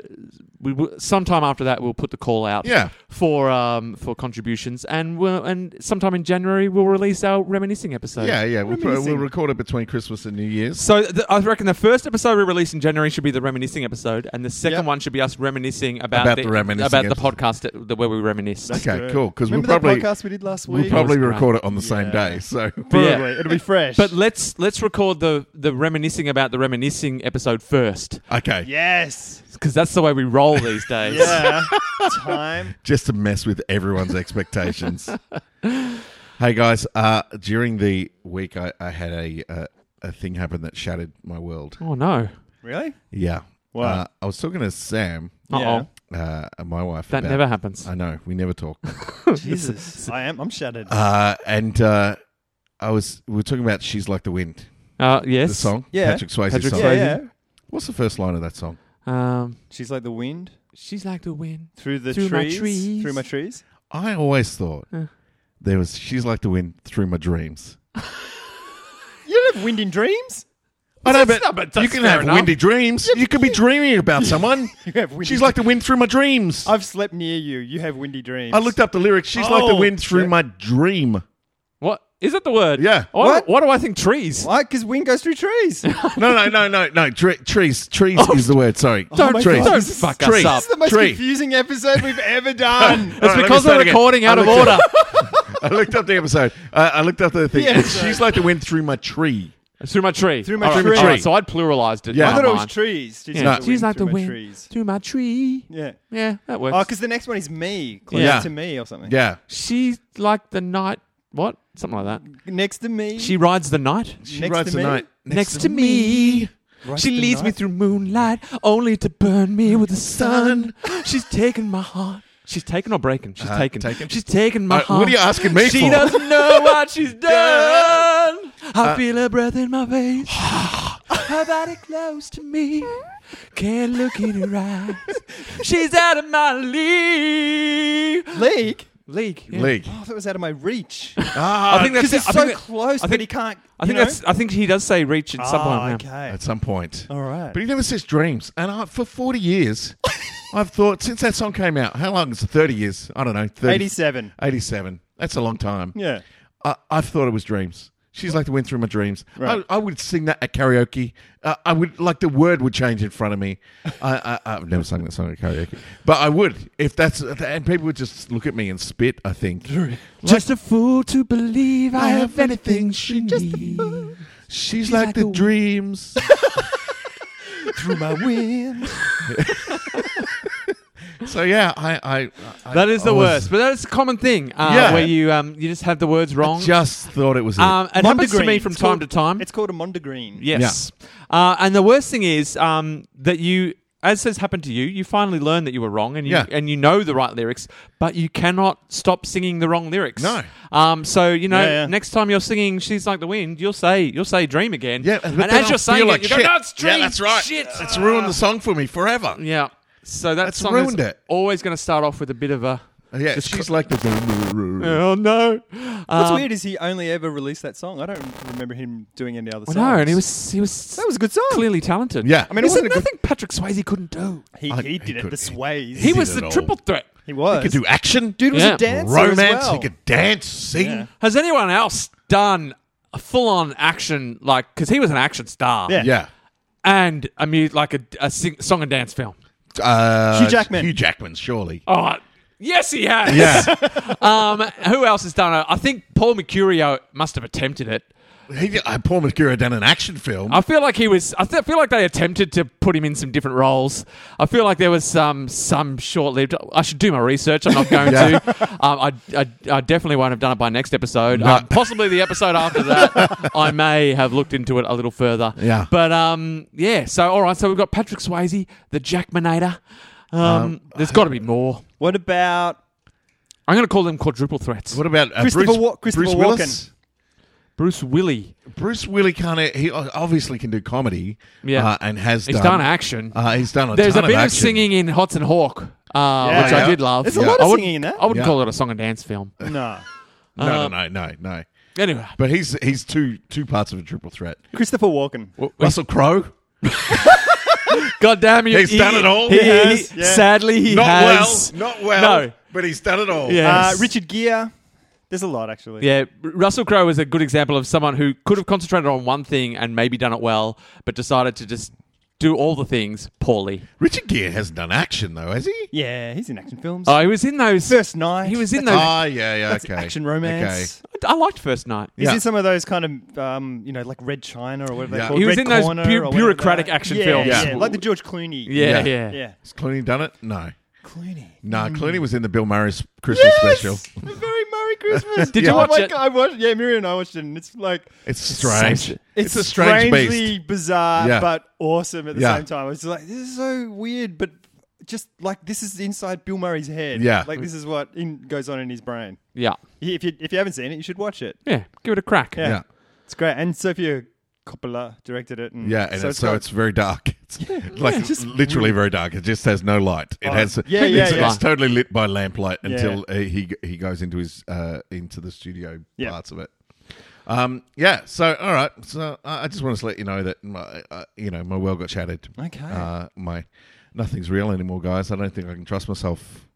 we will, sometime after that we'll put the call out.
Yeah.
For um, for contributions, and we'll, and sometime in January we'll release our reminiscing episode.
yeah, yeah. We'll, pro-
uh, Reminiscing.
we'll record it between Christmas and New Year's.
So th- I reckon the first episode we release in January should be the reminiscing episode, and the second
Yep.
one should be us reminiscing about,
About the reminiscing
about the
episode.
podcast that, that- where we reminisce.
That's
Okay,
good.
cool, 'cause we'll
remember that
probably-
podcast we did last week.
We'll probably
That was
record it on the same
Yeah.
day. So, *laughs*
Yeah.
Probably. It'll be fresh.
But let's let's record the the reminiscing about the reminiscing episode first,
okay.
yes.
because that's the way we roll troll
*laughs*
these days.
Yeah. Time.
just to mess with everyone's
*laughs*
expectations. hey guys, uh, during the week I, I had a uh, a thing happen that shattered my world.
Oh no.
Really?
Yeah,
Wow.
Uh, I was talking to Sam,
Uh oh.
Yeah.
uh, my wife.
That
about-
never happens.
I know we never talk.
Jesus. I am. I'm shattered.
uh, and uh, I was we were talking about "She's Like the Wind,"
Uh, yes.
the song,
Yeah.
Patrick Swayze's
Patrick
song.
yeah,
crazy.
yeah.
What's the first line of that song?
Um,
She's like the wind
she's like the wind.
through the
Through my
trees,
trees.
Through my trees.
I always thought
Huh.
there was "She's Like the Wind" through my dreams.
You don't have wind in dreams.
I know,
That's
but,
not- but that's
you can
fair
have
enough.
windy dreams. You could be dreaming *laughs* about someone.
You have windy.
She's like the wind through my dreams.
I've slept near you. You have windy dreams.
I looked up the lyrics. She's like the
Oh,
wind through
yeah.
my dream.
What is that the word?
Yeah.
Why,
What?
why do I think trees?
Why? Because wind goes
*laughs*
through trees. this
No, no, no, no, no. Tre- trees, trees is the word. Sorry,
Oh my
trees.
God.
Don't fuck
Trees. *laughs*
us up.
is the most
Tree.
confusing episode
*laughs*
we've ever done.
All right, let
It's
me
because
start
we're
again.
recording out
I
of
looked *laughs*
order.
up- I looked up the episode. Uh, I looked up the thing.
Yeah,
It's
sorry.
She's like the wind through my tree.
through my tree.
Through my
All right,
tree.
all right, so I'd pluralized it.
Yeah.
I thought it was
Mine.
trees. She's
No.
like the
She's
wind
like the
through my
wind
trees.
through my tree.
Yeah.
Yeah, that works.
Oh, because the next one is me, close
Yeah.
to me or something.
Yeah,
She's like the night. What? Something like that.
Next to me.
She rides the night
she
Next
writes
to
a
me?
note
next, to me.
Rides
she
the
leads me
night?
through moonlight, only to burn me with the sun. She's taken my heart. She's taken or breaking. She's
Uh,
taken.
taken.
She's taken my
Uh,
heart.
what are you asking me
she
for?
doesn't know what *laughs* she's done. I feel her breath in my *sighs* face. her body close to me. Can't look in her *laughs* eyes. She's out of my league.
League.
League. yeah. Uh,
League.
Oh, that was out of my reach.
Ah,
*laughs* I think that's
Because
it.
it's
I
so
think that-
close,
I
but
think-
he can't.
I
you
think
know?
that's. I think he does say reach at some point.
Ah,
yeah.
okay.
at some point.
All right.
But he never says dreams. And I, for forty
*laughs*
years, I've thought since that song came out. How long is it? Thirty years? I don't know. 30,
87.
87. That's a long time.
Yeah.
I, I've thought it was dreams. She's like the wind through my dreams.
Right.
I, I would sing that at karaoke. Uh, I would like the word would change in front of me. I, I, I've never sung that song at karaoke, but I would if that's and people would just look at me and spit. I think
Just a fool to believe I have anything she
Just a
needs.
fool. she's, like,
like
the
a-
dreams.
*laughs* Through my wind.
*laughs* so yeah, I, I, I
That is
I
the
was-
worst, but that is a common thing uh,
Yeah.
where you um, you just have the words wrong.
Just thought it was.
um, it happens to
Mondegreen.
me from
It's
time
called-
to time.
It's called a mondegreen.
Yes, uh, and the worst thing is um, that you, as has happened to you, you finally learn that you were wrong, and you
Yeah.
and you know the right lyrics, but you cannot stop singing the wrong lyrics.
No.
Um, so you know,
Yeah, yeah.
next time you're singing "She's Like the Wind," you'll say you'll say "Dream" again.
yeah, but
and
then
as
I
you're saying
feel
it,
like
you
shit.
go, "No, it's dream."
Yeah, that's right.
Shit.
It's ruined the song for me forever.
Yeah. So that
That's
song
ruined
is
it.
always going to start off with a bit of a
Yeah, she's like the.
oh no.
What's
Um,
weird is he only ever released that song. I don't remember him doing any other
well,
songs.
No, and he was he was
That was a good song.
clearly talented.
Yeah.
I mean, it
Is there
wasn't a good-
nothing Patrick Swayze couldn't do?
He,
I-
he did
he
it.
could-
the sways.
He
did
was
it
the
all.
triple threat.
He
He
was.
could do action.
Dude was
Yeah.
a dancer.
romance.
As well.
He could dance, sing.
Yeah.
Has anyone else done a full-on action like? Because he was an action star.
Yeah.
Yeah.
And a mu- like a, a sing- song and dance film.
Uh,
Hugh Jackman.
Hugh Jackman, surely.
Oh. Yes, he has.
Yeah.
Um, who else has done it? I think Paul Mercurio must have attempted it.
he, uh, Paul McGuire had done an action film.
I feel like he was. I th- feel like they attempted to put him in some different roles. I feel like there was some some short-lived. I should do my research. I'm not going
*laughs* Yeah.
to. Um, I, I I definitely won't have done it by next episode.
No.
Um, possibly the episode
*laughs*
after that. I may have looked into it a little further.
Yeah.
But um, yeah. So all right. So we've got Patrick Swayze, the Jackmanator. Um, there's got to be more.
What about
I'm going to call them quadruple threats.
what about uh,
Christopher
Bruce,
Wa- Christopher
Bruce Willis?
Bruce Willie.
Bruce Willie can't. e, He obviously can do comedy.
Yeah.
uh, and has.
He's
done
done action.
Uh, he's done a
There's a
ton
bit of,
action.
singing in Hots and Hawk, uh, which I
yeah.
did love.
There's
a lot
of
I wouldn't-
singing in that.
I
Yeah.
wouldn't call it a song and dance
*laughs*
film.
no?
No,
uh,
no, no, no, no.
Anyway,
But he's he's two two parts of a triple threat.
Christopher Walken.
Russell Crowe.
God damn you!
He's
he-
done it all.
He,
He
has,
he-
yeah.
Sadly, he
Not
has.
well. Not well.
No.
But he's done it all.
Yeah.
Uh,
Yes.
Richard Gere. There's a lot actually.
Yeah, R- Russell Crowe is a good example of someone who could have concentrated on one thing and maybe done it well, but decided to just do all the things poorly.
Richard Gere hasn't done action though, has he?
Yeah, he's in action films.
Oh, he was in those.
First Night.
He was in those.
Ah, yeah, yeah,
That's
okay.
action romance.
I liked First Night.
He's
Yeah.
in some of those kind of, um, you know, like Red China or whatever
Yeah.
they call
He was
Red
in those
Corner
bu-
or whatever
bureaucratic
that-
action
yeah,
films.
Yeah.
Yeah.
like the George Clooney.
Yeah,
Yeah.
yeah.
yeah.
Has Clooney done it? No.
Clooney.
No,
Hmm.
Clooney was in the Bill Murray's Christmas special.
The very Merry
*laughs*
Christmas.
Did you
oh
watch
my
it?
God, I watched. Yeah, Miriam and I watched it, and it's like
It's strange.
so-
It's, a strange
strangely
beast.
bizarre,
Yeah.
but awesome at the
Yeah.
same time. It's like this is so weird, but just like this is inside Bill Murray's head.
Yeah.
like this is what in, goes on in his brain.
Yeah.
If you if you haven't seen it, you should watch it.
Yeah. Give it a crack.
Yeah.
Yeah,
It's great. And Sofia Coppola directed it. And
yeah, and it's, so
got-
it's very dark. *laughs* It's like literally very dark. It just has no light. It
Oh,
has
yeah, yeah,
it's,
yeah.
it's totally lit by lamplight until
Yeah.
uh, he he goes into his uh, into the studio
Yeah.
parts of it. Um, yeah. So all right. So I I just want to let you know that my uh, you know my world got shattered.
Okay.
Uh, my nothing's real anymore, guys. I don't think I can trust myself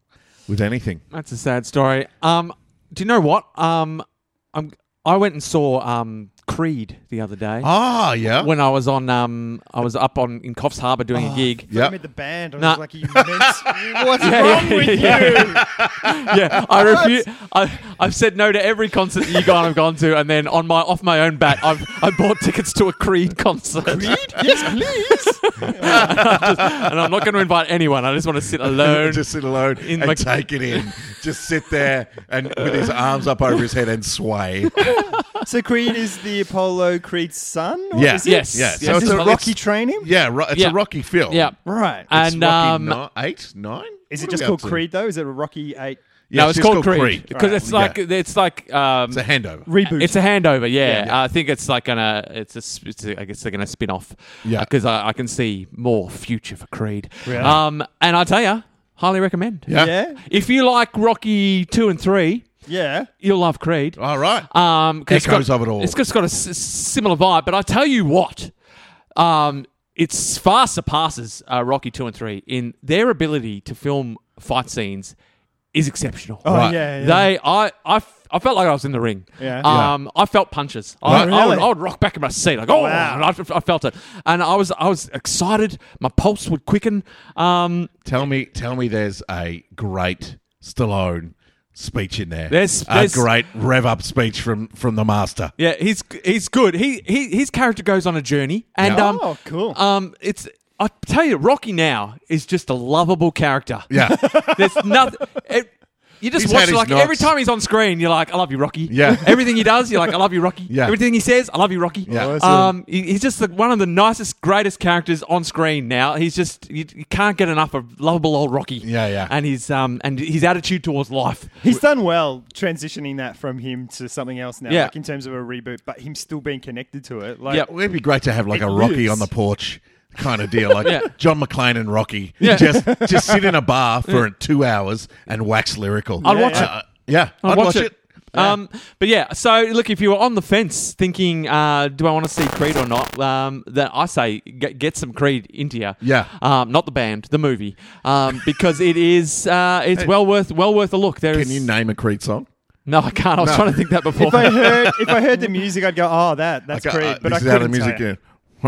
with anything.
That's a sad story. Um, do you know what? Um, I'm, I went and saw um, Creed the other day.
Ah, yeah. Oh.
When I was on, um, I was up on in Coffs Harbour doing a
*laughs*
gig.
Oh, I
yeah.
made the band. I was
Nah.
like, you
*laughs*
mess- what's
Yeah,
wrong
yeah,
with
yeah.
you?
yeah, I refuse. I, I've said no to every concert that you guys have gone to, and then on my off my own bat, I've I bought tickets to a Creed concert. Creed, *laughs*
Yes, please.
and I'm not going to invite anyone. I just want to sit
*laughs*
alone.
just sit alone
In
and
my-
take it
*laughs*
in. just sit there and with his arms up over his head and
*laughs*
sway.
So Creed is the Apollo Creed's son? Or
Yeah.
Is it?
Yes.
Yeah, so
Yes.
it's
Does
a
Rocky train him?
Yeah, ro- it's
Yeah.
a Rocky film.
yeah.
Right.
It's
And
Rocky
um,
ni- eight, nine.
is
What
it
are
just
we
called
up to?
Creed though? Is it a Rocky Eight
Yeah,
no, it's,
just
called Creed because it's
Alright.
like it's like um,
It's a handover.
reboot?
It's a handover, yeah.
Yeah, yeah.
I think it's like gonna. It's a. sp- It's a I guess they're gonna spin off.
Yeah.
because I, I can see more future for Creed.
Really?
Um, and I tell you, highly recommend.
yeah.
yeah,
If you like Rocky two and three,
yeah.
you'll love Creed.
All right.
Um, 'cause it's
Oh. Echoes
got-
of it all.
It's just got a s- similar vibe, but I tell you what, um, it's far surpasses uh, Rocky two and three in their ability to film fight scenes is exceptional.
Oh
Right.
yeah, yeah.
They, I, I, f- I felt like I was in the ring.
Yeah.
Um, I felt punches. I,
Right.
I, would,
Really?
I would rock back in my seat like, oh,
Wow.
and I, I felt it, and I was, I was excited. My pulse would quicken. Um,
Tell me, tell me, there's a great Stallone speech in there.
There's-
a
there's-
great rev up speech from from the master.
yeah, he's, he's good. He, he, his character goes on a journey, and
Yeah.
um,
oh, cool.
um, it's. I tell you, Rocky now is just a lovable character. *laughs*
Yeah,
There's nothing. It, you just
He's
watch
had his
like
knocks.
every time he's on screen, you're like, "I love you, Rocky."
Yeah.
*laughs* Everything he does, you're like, "I love you, Rocky."
Yeah.
Everything he says, "I love you, Rocky."
Yeah.
Awesome.
Um, he- he's just like one of the nicest, greatest characters on screen now. He's just you, you can't get enough of lovable old Rocky.
Yeah, yeah.
And his um and his attitude towards life.
He's done well transitioning that from him to something else now,
Yeah.
like in terms of a reboot, but him still being connected to it. Like,
Yep.
Well, it'd be great to have like
It
a Rocky
lives.
on the porch kind of deal, like
Yeah.
John McClane and Rocky.
Yeah.
Just just sit in a
*laughs*
bar for two hours and wax lyrical.
I'd
Yeah,
watch
yeah.
it.
Uh, yeah, I'd, watch, it.
Um, but yeah, so look, if you were on the fence thinking, uh, do I want to see Creed or not? Um, then I say get, get some Creed into you.
Yeah.
Um, not the band, the movie, um, because it is uh, it's well worth well worth a look. There is
Can you name a Creed song?
no, I can't. I was trying to think that before.
if I heard if I heard the music, I'd go, "Oh, that that's
Like, uh,
great."
uh, this
but I
is out of
couldn't
music.
tell you.
Yeah. I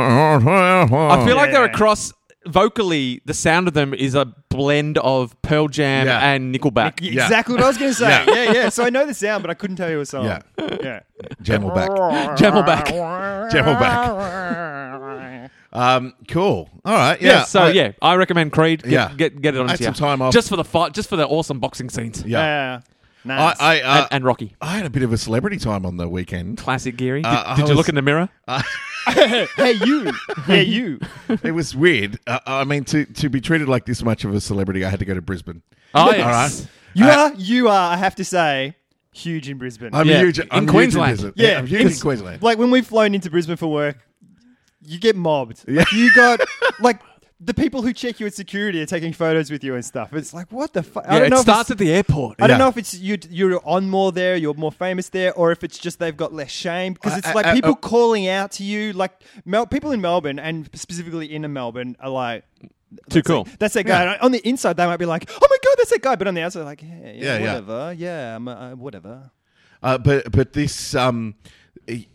*laughs*
I feel like they're
Yeah.
across vocally. The sound of them is a blend of Pearl Jam
Yeah.
and Nickelback.
Yeah,
Yeah.
Exactly what I was going to say.
Yeah.
yeah. yeah, So I know the sound, but I couldn't tell you a song.
Yeah. *laughs*
yeah.
Jamal back.
*laughs* Jamal back.
Jamal back.
*laughs*
Um, cool. All right. Yeah.
Yeah, so
I-
yeah, I recommend Creed. Get,
Yeah.
get get it on
Had some time off.
just for the fight, just for the awesome boxing scenes.
Yeah. I
Nice.
I, uh,
and, and Rocky.
I had a bit of a celebrity time on the
*laughs*
weekend.
Classic Geary. Did,
Uh,
did
I
you
was-
look in the mirror?
hey
*laughs*
you, hey you.
it was weird. Uh, I mean, to to be treated like this much of a celebrity, I had to go to Brisbane.
Oh,
All
yes.
right.
You
Uh,
are, you are. I have to say, huge in Brisbane.
I'm
Yeah.
huge.
In
I'm huge
Queensland.
Brisbane.
Yeah.
I'm huge in Queensland.
like when we've flown into Brisbane for work, you get mobbed. Like, you got like the people who check you at security are taking photos with you and stuff. It's like what the fuck? I
Yeah,
don't
it
know. if
starts
it's-
at the airport.
I don't
Yeah.
know if it's you, you're on more there, you're more famous there, or if it's just they've got less shame because it's
I-
like
I-
people
I-
calling out to you, like Mel- people in Melbourne and specifically inner Melbourne are like.
Too
that's
cool.
That, that's that guy. And On the inside, they might be like, "Oh my god, that's that guy," but on the outside, they're like, "Yeah, yeah,
Yeah, yeah.
whatever, yeah, I'm, uh, whatever."
Uh, but but this um,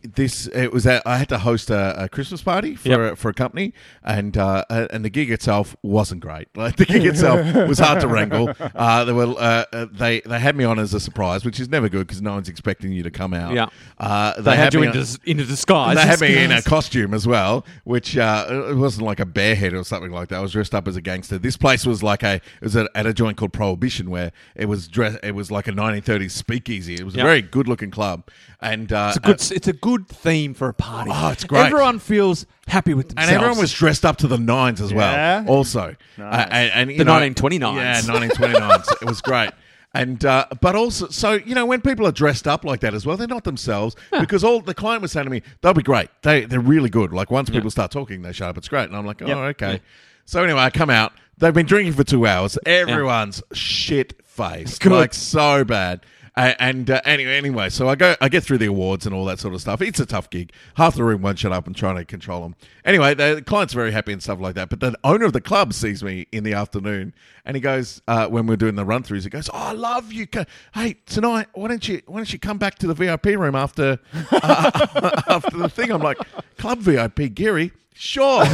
this it was at, I had to host a, a Christmas party for
Yep.
a, for a company, and uh, uh, and the gig itself wasn't great. Like the gig itself
*laughs*
was hard to wrangle. Uh, they were uh, uh, they they had me on as a surprise, which is never good because no one's expecting you to come out.
Yeah.
uh, they,
They had
had,
you
me
in,
on-
dis- in a disguise.
they had me in a costume as well, which uh, it wasn't like a bear head or something like that. I was dressed up as a gangster. This place was like a it was at at a joint called Prohibition, where it was dress, it was like a 1930s speakeasy. It was
Yeah.
a very good looking club, and uh,
It's a good. It's a good theme for a party.
Oh, it's great.
Everyone feels happy with
and
themselves.
everyone was dressed up to the nines as well.
Yeah?
Also, Uh, and, and, you
The
know-
1929s.
Yeah, 1929s. it was great. And uh, but also, so you know, when people are dressed up like that as well, they're not themselves because all the client was saying to me, they'll be great. They they're really good. Like once people start talking, they shut up. It's great. And I'm like, oh,
Yep.
okay. So anyway, I come out. They've been drinking for two hours. Everyone's shit faced,
Good.
like so bad. A- And uh, anyway, anyway, so I go, I get through the awards and all that sort of stuff. It's a tough gig. Half the room won't shut up and trying to control them. Anyway, the the client's very happy and stuff like that. But the owner of the club sees me in the afternoon, and he goes, uh, when we're doing the run throughs, he goes, "Oh, I love you. Co- Hey, tonight, why don't you, why don't you come back to the VIP room after, *laughs* uh, after the thing?" I'm like, "Club VIP, Gary." Sure,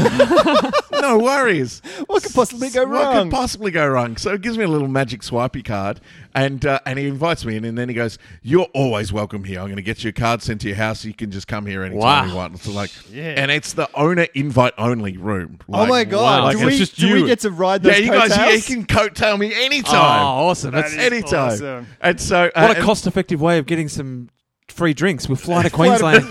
*laughs* no worries.
What could possibly go
What
wrong?
could possibly go wrong? So it gives me a little magic swipey card, and uh, and he invites me in, and then he goes, "You're always welcome here. I'm going to get your card sent to your house. So you can just come here anytime
Wow.
you want." So like,
Yeah.
and it's the owner invite only room.
Oh
Like,
my god!
wow,
do
like,
we,
it's just
do we
you.
get to ride those
Yeah, you guys, yeah, you
coattails?
can coattail me anytime.
Oh, awesome!
That
That's
is
anytime.
awesome.
And so, uh,
what a
and-
cost-effective way of getting some free drinks.
*laughs*
We'll fly to Queensland.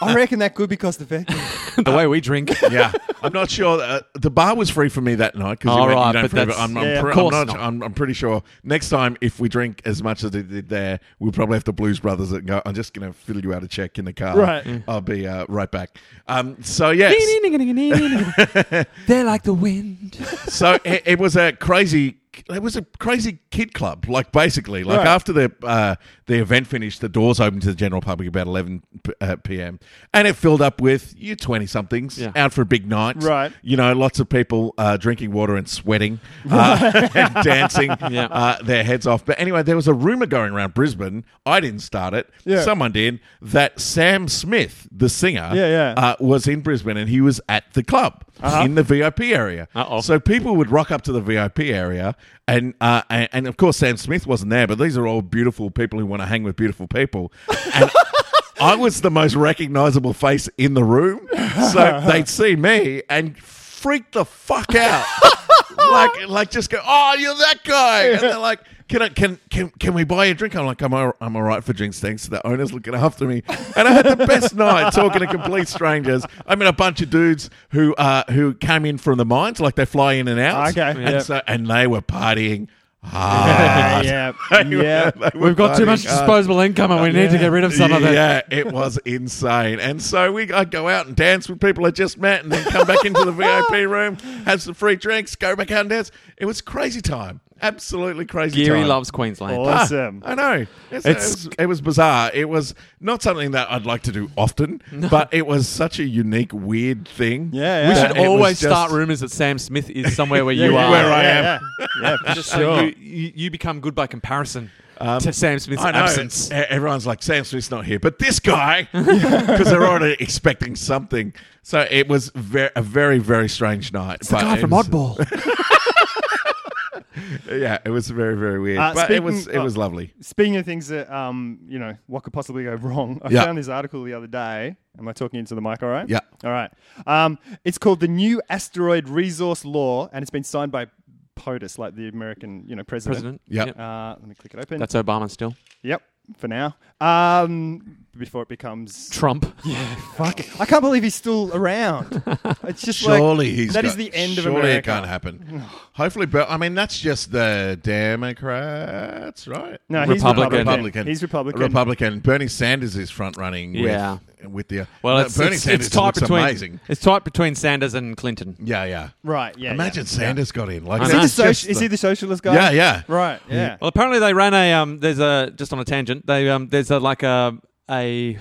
I reckon that could be cost effective.
the way we
*laughs*
drink. *laughs*
yeah, I'm not sure. Uh, the bar was free for me that night because
All
you,
right,
don't
but
free,
that's-
I'm, I'm,
Yeah, of
pre- I'm
course
not,
not.
I'm, I'm pretty sure next time if we drink as much as they did there, we'll probably have to Blues Brothers it and go. I'm just going to fill you out a check in the car.
Right. Mm.
I'll be uh, right back. Um, so yes,
They're like the wind.
so it, it was a crazy. It was a crazy kid club, like basically, like
Right.
after the uh, the event finished, the doors opened to the general public about eleven p- uh, p.m. and it filled up with you twenty somethings
Yeah.
out for a big night,
Right.
You know, lots of people uh, drinking water and sweating uh, *laughs* and dancing
*laughs*
Yeah.
uh, their heads off. But anyway, there was a rumor going around Brisbane. I didn't start it.
Yeah.
Someone did that. Sam Smith, the singer,
Yeah, yeah.
Uh, was in Brisbane and he was at the club in the VIP area.
Uh-oh.
So people would rock up to the VIP area, and, uh, and and of course Sam Smith wasn't there, but these are all beautiful people who want to hang with beautiful people. And *laughs* I was the most recognizable face in the room, so they'd see me and freak the fuck out, like like just go, oh, you're that guy, and they're like. Can, I, can can can we buy you a drink? I'm like, I'm all, I'm all right for drinks, thanks. The owner's looking after me, and I had the
*laughs*
best night talking to complete strangers. I met a bunch of dudes who uh, who came in from the mines, like they fly in and out.
Okay,
and
yeah.
so and they were
*laughs*
partying hard. *laughs*
yeah,
They Ah, were-
yeah.
they were
We've got too
partying
much
hard.
disposable income, and we need to get rid of some of it.
Yeah, it was insane. And so we I'd go out and dance with people I just met and then come back into the
*laughs*
VIP room, have some free drinks, go back out and dance. It was crazy time. Absolutely crazy
Geary
time. Ah,
loves Queensland.
Awesome. Awesome.
I know. It's,
It's-
it, was, it was bizarre. It was not something that I'd like to do
*laughs*
often, but it was such a unique, weird thing.
Yeah, yeah.
We
Uh,
should
it was
always
just-
start rumors that Sam Smith is
*laughs*
somewhere where you
yeah,
are.
where I
yeah,
am.
Yeah, yeah,
*laughs*
for
Just
sure.
so you, you, you become good by comparison to Sam Smith's
I know.
absence.
E- Everyone's like, Sam Smith's not here, but this guy, *laughs* because they're already expecting something. So it was ver- a very, very strange night.
It's the guy from Oddball.
Yeah, it was very, very weird.
Uh,
but
speaking
it was it
of-
was lovely.
Speaking of things that um, you know, what could possibly go wrong? I
Yeah.
found this article the other day. Am I talking into the mic? All right.
Yeah.
All right. Um, it's called the New Asteroid Resource Law, and it's been signed by POTUS, like the American, you know, president.
*laughs* *laughs* President.
Yep.
Uh, let me click it open.
That's Obama still.
yep. For now. Um, before it becomes
Trump.
fuck, it. I can't believe he's still
*laughs*
around. It's just like
Surely he's
that
got-
is the end of
surely it
America.
can't happen. Hopefully, but I mean that's just the Democrats, right?
no, he's
Republican.
Republican.
Republican.
He's Republican.
Republican. Bernie Sanders is front running.
Yeah.
with, with the
Well,
No,
it's,
Bernie
it's,
Sanders
it's tight
looks
between
amazing.
it's tight between Sanders and Clinton.
Yeah, yeah.
Right. Yeah.
Imagine
yeah.
Sanders got in. Like
I
Is
that's
he, the
just
soci- is he the socialist guy?
Yeah, Oh, yeah.
Right. Yeah.
Well, apparently they ran a um. There's a just on a tangent. They um. There's a like a a.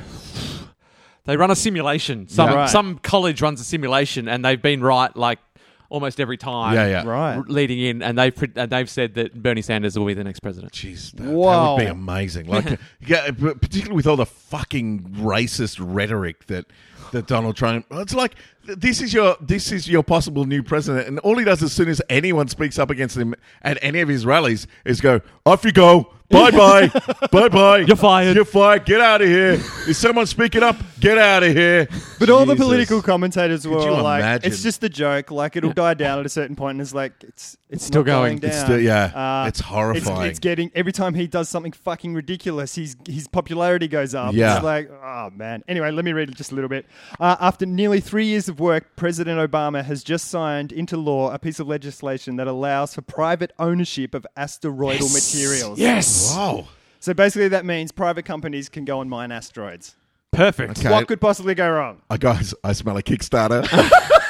They run a simulation. Some
Yeah. Right.
some college runs a simulation, and they've been right like almost every time.
Yeah, yeah.
Right.
r- Leading in, and they've pre- and they've said that Bernie Sanders will be the next president.
Jeez, that, that
Wow.
would be amazing.
*laughs*
Like, yeah, but particularly with all the fucking racist rhetoric that that Donald Trump. It's like th- this is your this is your possible new president, and all he does as soon as anyone speaks up against him at any of his rallies is go off you go. Bye
*laughs*
bye, bye bye.
You're fired.
You're fired. Get out of here. Is someone speaking up? Get out of here.
But all the
Jesus.
political commentators were
you
all like,
imagine?
"It's just a joke. Like it'll die down at a certain point, and it's like it's it's,
still
not
going.
going. down. Uh,
It's still- yeah. It's horrifying.
It's, getting every time he does something fucking ridiculous, his his popularity goes up.
Yeah.
It's like oh man. Anyway, let me read it just a little bit. Uh, after nearly three years of work, President Obama has just signed into law a piece of legislation that allows for private ownership of asteroidal materials.
Yes,
Wow.
So basically, that means private companies can go and mine asteroids.
perfect.
Okay.
What could possibly go wrong?
Uh, guys, I smell a Kickstarter.
*laughs*
*laughs*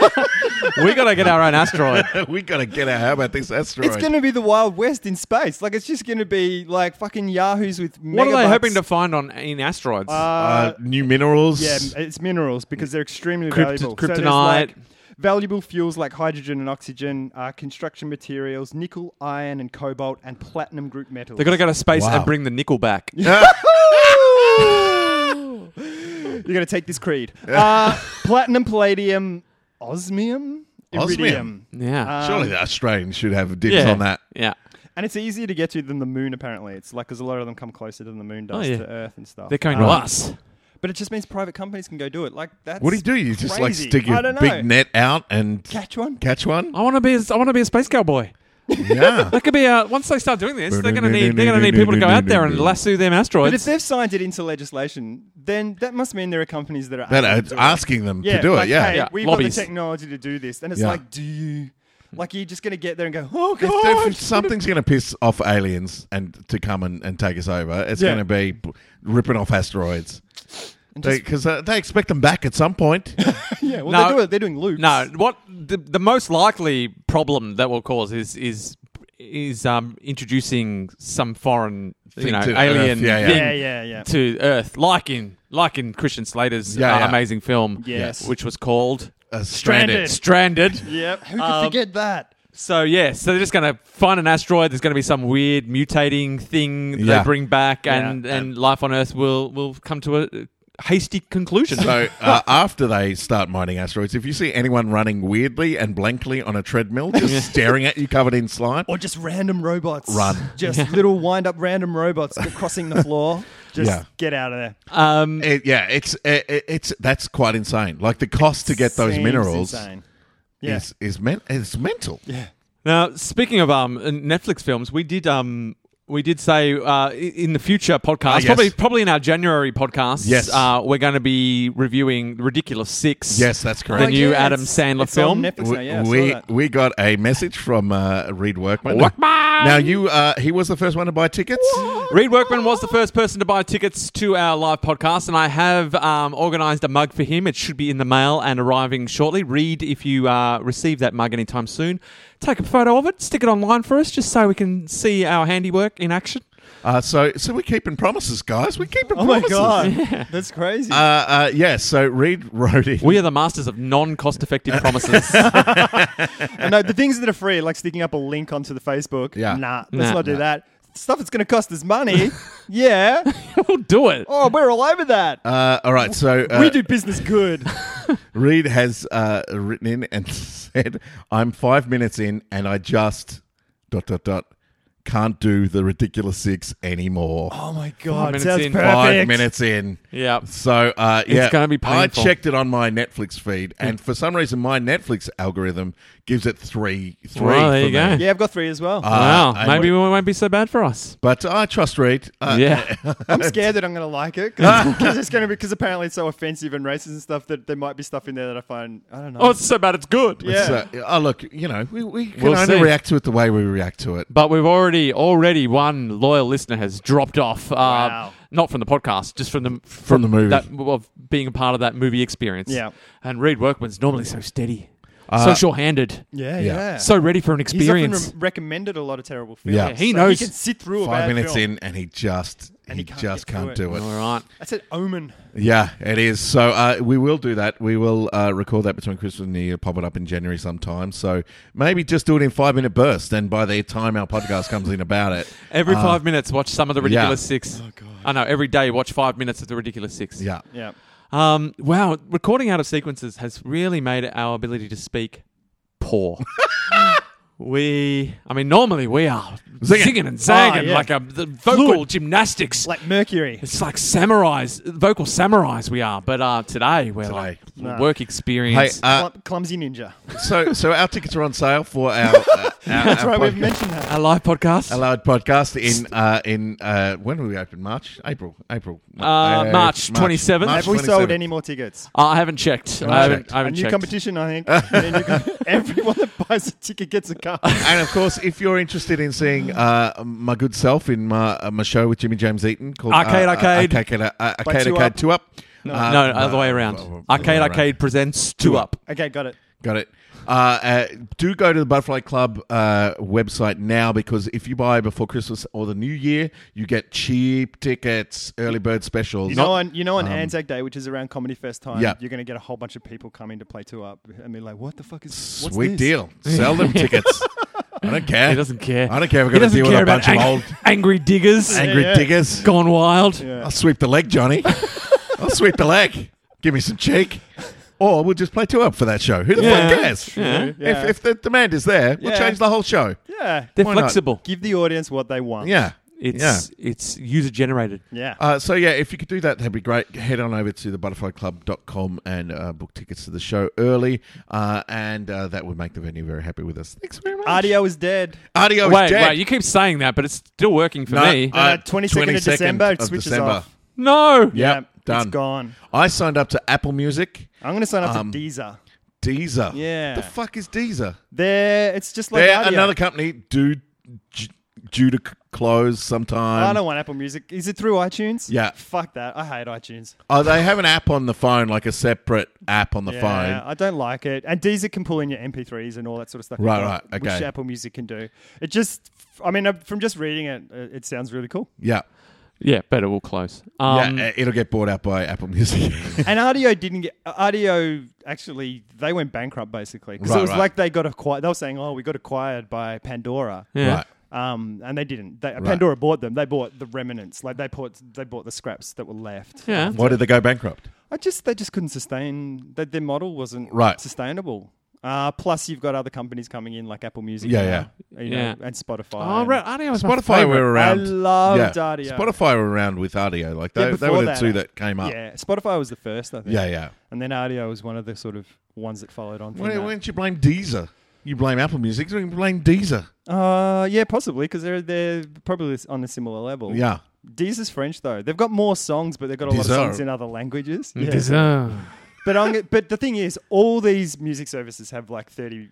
We got to get our own asteroid.
we gotta get out. How about this asteroid?
It's going to be the Wild West in space. Like it's just going to be like fucking yahoos with.
What are they
megabytes.
hoping to find on in asteroids?
uh, new minerals.
Yeah, it's minerals because they're extremely
Krypt-
valuable.
kryptonite.
there's, like, valuable fuels like hydrogen and oxygen, uh, construction materials, nickel, iron, and cobalt, and platinum group metals.
They're going to go to space
Wow.
and bring the nickel back.
You're going to take
*laughs*
this creed. Uh, platinum, palladium, osmium,
Osmium.
iridium.
Yeah.
um,
Surely the Australians should have dibs
yeah.
on that.
Yeah.
And it's easier to get to than the moon, apparently. It's like because a lot of them come closer than the moon does
Oh, yeah.
to Earth and stuff.
They're coming
Um,
to us.
But it just means private companies can go do it. Like that's
What do you do? You just like
crazy.
stick
I
your
don't know.
big net out and
catch one.
catch
*laughs*
one.
I want to be. A, I want to be a space cowboy.
Yeah,
That could be. A, once they start doing this, they're going to need. They're going to need people to go out there and lasso them
But if
asteroids.
they've signed it into legislation, then that must mean there are companies that are
that
able
uh,
to do it.
asking them
yeah,
to do
like,
it. Yeah,
hey,
Yeah,
we've
lobbies. Hmm.
got the technology to do this, and it's
Yeah.
like, do you? Like, you're just going to get there and go, oh
If they're-
god,
if something's going to piss off aliens and to come and, and take us over. It's
Yeah.
going to be b- ripping off asteroids
And just-
because they, uh, they expect them back at some point.
*laughs*
Uh,
yeah, well,
No.
they're, doing, they're doing loops.
No. What the, the most likely problem that will cause is is is um introducing some foreign
Thing
you know
to Earth.
alien
Yeah, yeah.
thing
yeah, yeah, yeah.
to Earth, like in like in Christian Slater's
Yeah,
uh,
yeah.
amazing film,
Yes.
which was called
Uh, stranded.
Stranded.
Stranded.
Yep. Who could
Um,
forget that?
So yeah, so they're just going to find an asteroid. There's going to be some weird mutating thing that
Yeah.
they bring back,
Yeah.
and, and life on Earth will will come to a uh, hasty conclusion.
So uh, after they start mining asteroids, if you see anyone running weirdly and blankly on a treadmill,
*laughs*
just staring at you covered in slime,
Or just random robots.
Run.
Just little wind up random robots
*laughs*
crossing the floor. Just
Yeah.
get out of there.
um,
It, yeah, it's it, it- it's that's quite insane. Like the cost to get those
Seems
minerals
Insane. Yeah.
is is men- is mental.
now, speaking of um Netflix films, we did um we did say uh, i- in the future podcast,
yes.
probably probably in our January podcast,
Yes.
uh, we're going to be reviewing Ridiculous Six.
Yes, that's
the
correct.
Oh,
new
yeah,
Adam
it's-
Sandler
it's on
film.
Netflix.
We
now, yeah, I saw
we,
that.
we got a message from uh, Reed Workman.
Workman!
Now you uh, he was the first one to buy tickets.
Reed Workman was the first person to buy tickets to our live podcast, and I have um, organised a mug for him. It should be in the mail and arriving shortly. Reed, if you uh, receive that mug anytime soon, take a photo of it, stick it online for us, just so we can see our handiwork in action.
Uh, so so we're keeping promises, guys. We're keeping
Oh my
promises. *laughs*
god, that's crazy.
Uh, uh, yeah. So Reed *laughs* wrote it.
We are the masters of non-cost-effective promises. *laughs*
And no, the things that are free, like sticking up a link onto the Facebook.
Yeah.
Nah, let's
Nah.
not do that. Stuff that's going to cost
*laughs*
us money. yeah.
we'll do it.
Oh, we're all over that.
uh, all right. So uh,
we do
*laughs*
business good.
Reed has uh, written in and *laughs* said, "I'm five minutes in, and I just dot dot dot can't do the ridiculous six anymore."
oh my god,
minutes
sounds
in.
perfect.
Five minutes in.
Yeah.
So uh, yeah,
gonna be
I
painful.
checked it on my Netflix feed, and for some reason, my Netflix algorithm gives it three. Three.
Well, there
for
you go.
me.
Yeah, I've got three as well.
Uh,
Wow,
I-
maybe it won't be so bad for us.
But I trust Reed. Uh, *laughs*
yeah, *laughs*
I'm scared that I'm going to like it because it's going to be because apparently it's so offensive and racist and stuff that there might be stuff in there that I find I don't know.
oh, it's so bad, it's good.
Yeah.
So, oh look, you know, we, we can
We'll
only
see.
react to it the way we react to it.
But we've already already one loyal listener has dropped off. Uh,
Wow.
Not from the podcast, just from the from,
the movie.
that, of being a part of that movie experience.
Yeah.
And Reed Workman's normally so steady, so sure-handed,
yeah, yeah.
Yeah.
so ready for an
He's often
experience.
re- recommended a lot of terrible films.
Yeah.
Yeah, he
so
knows.
He can sit through a
Five
bad
minutes
film.
in, and he just
and
he,
he, can't
just
get
can't
through it.
do it.
All right.
That's an omen.
Yeah, it is. So uh, we will do that. We will uh, record that between Christmas and New Year, pop it up in January sometime. So maybe just do it in five minute bursts. And by the time our podcast comes in about it,
Every five minutes, watch some of the Ridiculous
yeah.
Six. Oh, God. I know. Every day, watch five minutes of the Ridiculous Six.
yeah,
Yeah.
Um, wow. Recording out of sequences has really made our ability to speak
*laughs*
poor. we, I mean, normally we are
Zinging.
singing and zagging
Ah, yeah.
like a the vocal
Fluid.
gymnastics.
Like Mercury.
it's like samurais, vocal samurais we are. But uh, today we're like
Nah.
work
Hey,
experience.
uh,
Clum- clumsy ninja.
so so our tickets are on sale for
*laughs*
our. Uh,
That's right. We've mentioned that.
our live podcast.
Allowed podcast in uh, in uh, when were we open? March, April, April,
Uh, March 27th.
March
Have we sold
27th.
any more tickets?
Uh, I haven't checked. I haven't, I
a
haven't
new
checked.
competition, I think. *laughs* And then
*laughs*
you can- everyone that buys a ticket gets a car.
and of course, if you're interested in seeing uh, my good self in my, uh, my show with Jimmy James Eaton called uh,
Arcade
uh,
Arcade.
Arcade uh, Arcade,
Two
Arcade
Up.
Two Up. Uh,
no, other way around.
well, well,
Arcade
other way
Arcade presents Two Up.
Okay, got it.
Got it. Uh, uh, do go to the Butterfly Club uh, website now because if you buy before Christmas or the New Year, you get cheap tickets, early bird specials.
You know, on you know, on Anzac Day, which is around Comedy Fest time,
Um, Yeah.
you're going to get a whole bunch of people coming to play two up and be like, "What the fuck is what's
Sweet
this?"
deal. Sell
*laughs*
them tickets. I don't care.
He doesn't care.
I don't care if
He
we're going to
doesn't
deal with
care
a
about
bunch of
ang- *laughs*
old
angry diggers.
angry
Yeah, yeah.
diggers.
Gone wild.
Yeah.
I'll sweep the leg, Johnny. I'll sweep the leg. Give me some cheek. Or we'll just play two up for that show. Who the
Yeah.
fuck cares?
Yeah.
Yeah.
If, if the demand is there, we'll
Yeah.
change the whole show.
Yeah,
They're
Why not?
flexible.
give the audience what they want.
Yeah.
It's
yeah.
it's user generated.
yeah.
Uh, so yeah, if you could do that, that'd be great. Head on over to thebutterflyclub.com and uh, book tickets to the show early, uh, and uh, that would make the venue very happy with us. Thanks very much.
RDO is dead.
Audio
wait,
is dead.
wait, you keep saying that, but it's still working for
No,
me.
I- Uh,
Uh, 22nd, of
22nd
December, it
of
switches
December.
off.
no.
Yep, done.
It's gone.
I signed up to Apple Music,
I'm going to sign up
Um,
to Deezer.
Deezer.
Yeah.
the fuck is Deezer?
There, it's just like
They're
RDO.
another company due d- due to c- close sometime.
I don't want Apple Music. Is it through iTunes?
Yeah.
Fuck that. I hate iTunes.
Oh, they have an app on the phone, like a separate app on the
Yeah,
phone.
I don't like it. And Deezer can pull in your MP3s and all that sort of stuff.
Right,
as well,
right,
Which
okay.
Apple Music can do. It just, I mean, uh, from just reading it, uh, it sounds really cool.
Yeah,
Yeah, but it will close. Um,
yeah. eh, It'll get bought out by Apple Music. *laughs*
And RDO didn't get, uh, RDO actually, they went bankrupt basically. Because
Right,
it was
right.
like they got acquired, they were saying, oh, we got acquired by Pandora.
yeah.
Right.
Um, and they didn't. They, Pandora bought them. They bought the remnants. Like they bought, they bought the scraps that were left.
Yeah.
Why did they go bankrupt?
I just they just couldn't sustain that their model wasn't
Right.
sustainable. Uh, plus, you've got other companies coming in like Apple Music,
Yeah,
now,
yeah.
you
Yeah.
know, and Spotify.
Oh,
and-
right. Audio is my
Spotify
favourite.
were around.
I loved RDO.
Spotify were around with RDO. Like they,
Oh, Yeah,
they were
before
the
that.
two that came up.
Yeah, Spotify was the first, I think.
yeah. yeah.
and then RDO was one of the sort of ones that followed on. From
Why,
that.
why don't you blame Deezer? You blame Apple Music. You blame Deezer.
Uh, yeah, possibly because they're they're probably on a similar level.
Yeah.
Deezer's French though. They've got more songs, but they've got a lot of
Deezer.
songs in other languages.
Mm-hmm.
Yeah.
Deserve.
but I'm, but the thing is, all these music services have like 30,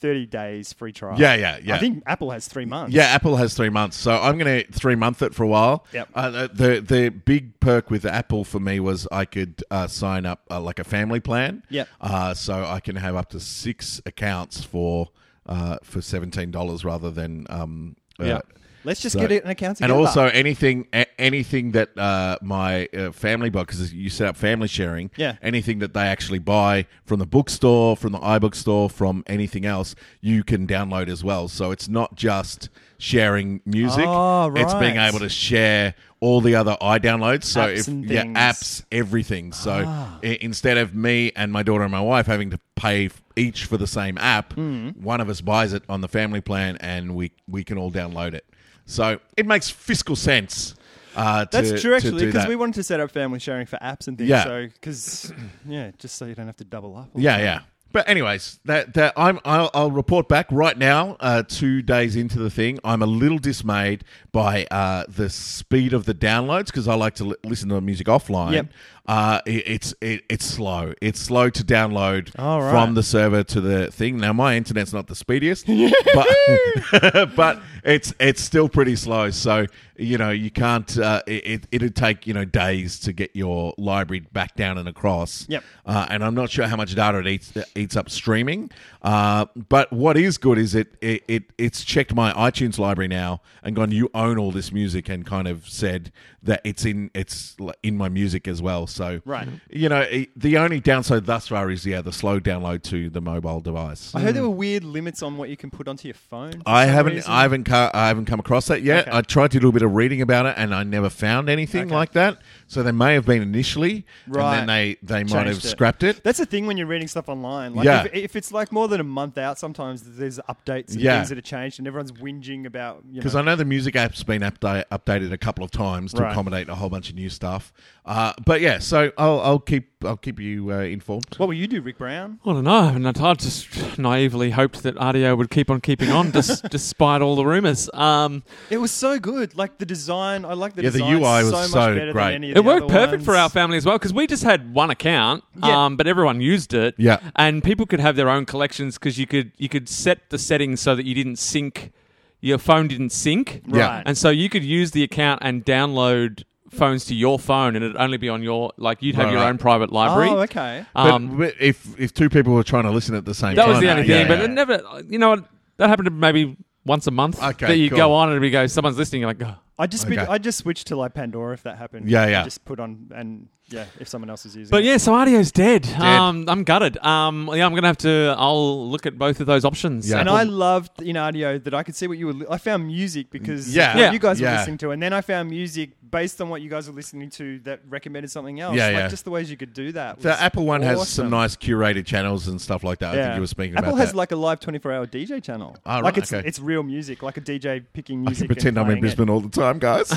30 days free trial.
Yeah, yeah, yeah.
I think Apple has three months.
Yeah, Apple has three months, so I'm going to three month it for a while.
Yep.
Uh, the the big perk with Apple for me was I could uh, sign up uh, like a family plan.
Yep.
Uh, so I can have up to six accounts for uh, for seventeen dollars rather than um. uh,
Yeah.
Let's just
So-
get an account together.
And also anything a- anything that uh, my uh, family buy because you set up family sharing.
Yeah.
Anything that they actually buy from the bookstore, from the iBookstore, from anything else, you can download as well. So it's not just sharing music;
Oh,
it's being
right.
able to share all the other iDownloads. So
Apps
if
and
yeah,
things.
apps, everything. So
Ah.
i- instead of me and my daughter and my wife having to pay f- each for the same app,
Hmm.
one of us buys it on the family plan, and we we can all download it. So it makes fiscal sense. Uh, to,
That's true,
to
actually,
do
because
that.
we wanted to set up family sharing for apps and things.
Yeah.
So, because, *clears throat* yeah, just so you don't have to double up.
Yeah, yeah. But anyways, that that I'm I'll, I'll report back right now. Uh, two days into the thing, I'm a little dismayed by uh, the speed of the downloads because I like to li- listen to music offline.
Yep.
Uh, it, it's it, it's slow. It's slow to download
All right.
from the server to the thing. Now my internet's not the
*laughs*
speediest, but *laughs* but it's it's still pretty slow. So you know you can't. Uh, it it- it'd take you know days to get your library back down and across.
Yep.
Uh, and I'm not sure how much data it eats, eats up streaming. Uh, but what is good is it, it it it's checked my iTunes library now and gone. You own all this music and kind of said that it's in it's l- in my music as well. So
Right.
you know it, the only downside thus far is yeah the slow download to the mobile device.
I heard there were weird limits on what you can put onto your phone. for
I
some
haven't,
reason.
I haven't, ca- I haven't come across that yet.
Okay.
I tried to do a bit of reading about it, and I never found anything
Okay.
like that. So they may have been initially,
Right.
and then they they might
Changed
have
it.
scrapped it.
That's the thing when you're reading stuff online. Like
Yeah.
if, if it's like more than a month out, sometimes there's updates and
Yeah.
things that have changed, and everyone's whinging about. You
Because
know.
I know the music app's been upda- updated a couple of times to
Right.
accommodate a whole bunch of new stuff. Uh, but yeah, so I'll, I'll keep I'll keep you uh, informed.
what will you do, Rick Brown?
I don't know. And I just naively hoped that RDO would keep on keeping
*laughs*
on des- despite all the rumours. Um,
It was so good. Like the design, I like the
Yeah, the
design
UI was
so much
so
better than
great.
any of
it
the
worked
other
perfect for
ones.
our family as well because we just had one account,
Yeah.
um, but everyone used it.
Yeah.
and people could have their own collections because you could you could set the settings so that you didn't sync, your phone didn't sync,
Yeah.
Right.
and so you could use the account and download phones to your phone, and it'd only be on your like you'd have
Right,
your
right.
own private library.
Oh, okay.
But,
Um,
but if if two people were trying to listen at the same
That
time,
was the only
yeah,
thing,
yeah.
but it never, you know, what, that happened maybe once a month.
Okay,
that you
cool.
go on and we go, someone's listening. You're like, oh.
I just been-
Okay.
I just switched to like Pandora if that happened.
Yeah,
I
yeah.
just put on and yeah, if someone else is using.
but
it.
yeah, so Audio's dead. Um, I'm gutted. Um, yeah, I'm gonna have to. I'll look at both of those options.
Yeah.
And
Apple-
I loved in audio that I could see what you were. Li- I found music because
Yeah.
yeah,
Yeah.
you guys
Yeah.
were listening to, and then I found music based on what you guys were listening to that recommended something else.
Yeah,
like
yeah.
just the ways you could do that. was
the Apple one has some
awesome.
nice curated channels and stuff like that. I think you were speaking
Apple
about
has
that.
like a live twenty four hour DJ channel.
Ah, right,
like it's
okay.
it's real music, like a DJ picking
I can
music.
pretend
and
I'm in
playing it.
Brisbane all the time, guys.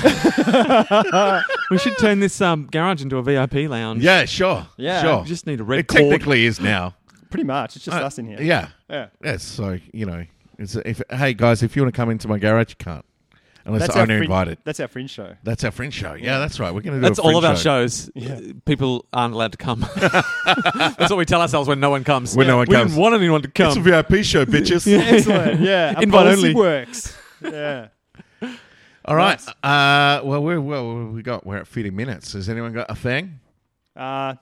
we should turn this um, garage into a VIP
*laughs*
lounge.
yeah, sure.
Yeah,
sure.
We just need a red
it
cord.
technically is now.
Pretty much, it's *laughs* just
Uh,
us in here.
Yeah.
yeah.
Yeah, so you know, it's if hey guys, if you want to come into my garage, you can't unless
That's
the
our
owner
fringe,
invited.
That's our
*laughs*
fringe show.
That's our friend show. Yeah, that's right. We're going to do
That's
a fringe
all of our
show.
shows. People aren't allowed to come. *laughs* That's what we tell ourselves when no one comes.
When no one
we
comes.
didn't want anyone to
It's a
come.
VIP show, bitches.
Excellent. *laughs* Yeah, our
Invite
policy
only.
works. Yeah.
All right.
Nice.
Uh, well, we're well, we got we're at fifty minutes. Has anyone got a thing?
Uh,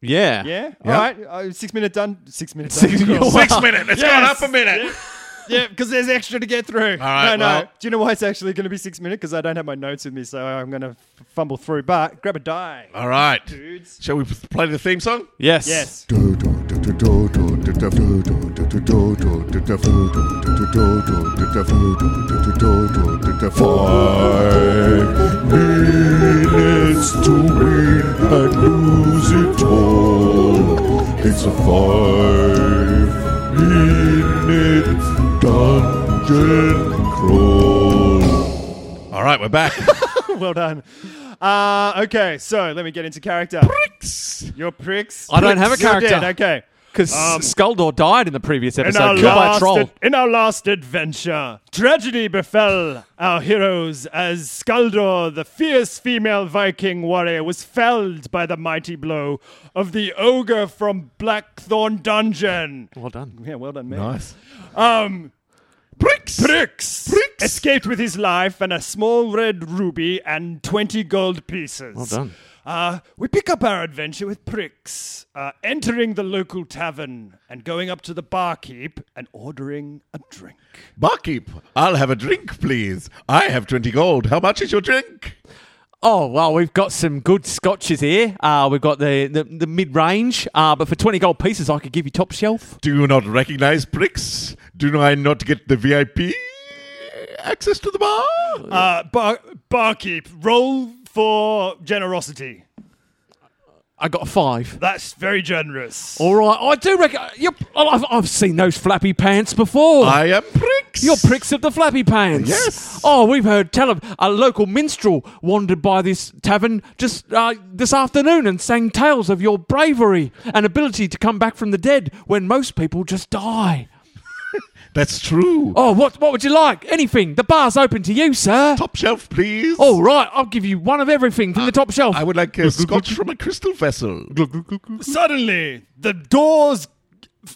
Yeah.
yeah. All
Yeah.
right. Uh, six minute done. *laughs* Six minute done.
Six-
Six minutes. It's gone up a minute.
Yeah, because there's extra to get through.
right,
no, no.
well-
Do you know why it's actually going to be six minutes? Because I don't have my notes with me, so I'm going to fumble through. But grab a die,
Oh.
All right.
dudes.
Shall we p- play the theme song?
Yes.
Yes. *laughs*
Five minutes to win and lose it all. It's a five minute dungeon crawl.
All right, we're back.
well done. Uh, okay, so let me get into character. Your pricks.
I don't have a
You're
character.
dead, Okay.
Because
Um,
Skulldor died in the previous
In
episode,
our,
killed by a
last
troll.
in our last adventure, tragedy befell our heroes as Skaldor, the fierce female Viking warrior, was felled by the mighty blow of the ogre from Blackthorn Dungeon.
well done.
Yeah, well done, man.
nice.
Um,
Bricks.
Brix escaped with his life and a small red ruby and 20 gold pieces.
Well done.
Uh, we pick up our adventure with Prix, uh, entering the local tavern and going up to the barkeep and ordering a drink.
Barkeep, I'll have a drink, please. I have twenty gold. How much is your drink?
Oh well, we've got some good scotches here. Uh, we've got the, the, the mid range, uh, but for twenty gold pieces, I could give you top shelf.
Do you not recognize Bricks? Do I not get the VIP access to the bar?
Uh, bar- barkeep, roll for generosity.
I got a five.
That's very generous.
All right, I do reckon. You're, oh, I've, I've seen those flappy pants before.
I am Bricks.
You're pricks of the flappy pants.
Yes.
Oh, we've heard tell of a local minstrel wandered by this tavern just uh, this afternoon and sang tales of your bravery and ability to come back from the dead when most people just die.
That's true.
Oh, what what would you like? Anything. The bar's open to you, sir.
Top shelf, please.
All right, I'll give you one of everything
Uh,
from the top shelf. *laughs*
I would like a scotch from a crystal vessel.
Suddenly, the doors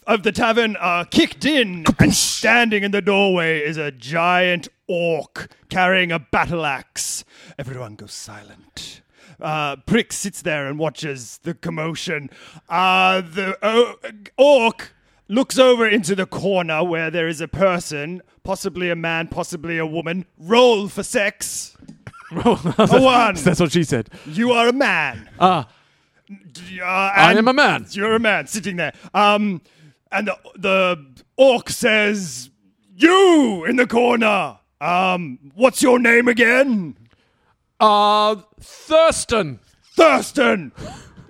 of the tavern are kicked in, and standing in the doorway is a giant orc carrying a battle axe. Everyone goes silent. Uh, Prick sits there and watches the commotion. Uh, the o- orc looks over into the corner where there is a person, possibly a man, possibly a woman. Roll for sex. a
*laughs*
one.
That's what she said.
You are a man.
Ah.
D- uh,
I
and-
am a man.
You're a man sitting there. Um, and the, the orc says, "You in the corner. Um, what's your name again?
Uh, Thurston.
Thurston.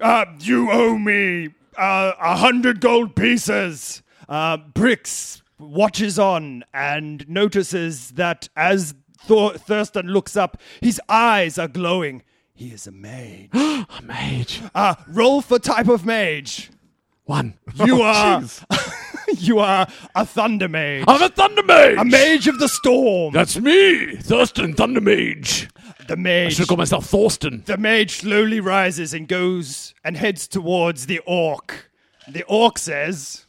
Uh, you owe me uh, a hundred gold pieces." Uh, Bricks watches on and notices that as Thor- Thurston looks up, his eyes are glowing. He is a mage.
*gasps* A mage.
Uh, roll for type of mage.
One.
*laughs*
*laughs*
You are *laughs* you are a thunder mage,
I'm a thunder mage.
a mage of the storm.
That's me, Thurston Thunder Mage.
the
I
mage,
should call myself Thorsten.
the mage slowly rises and goes and heads towards the orc. The orc says,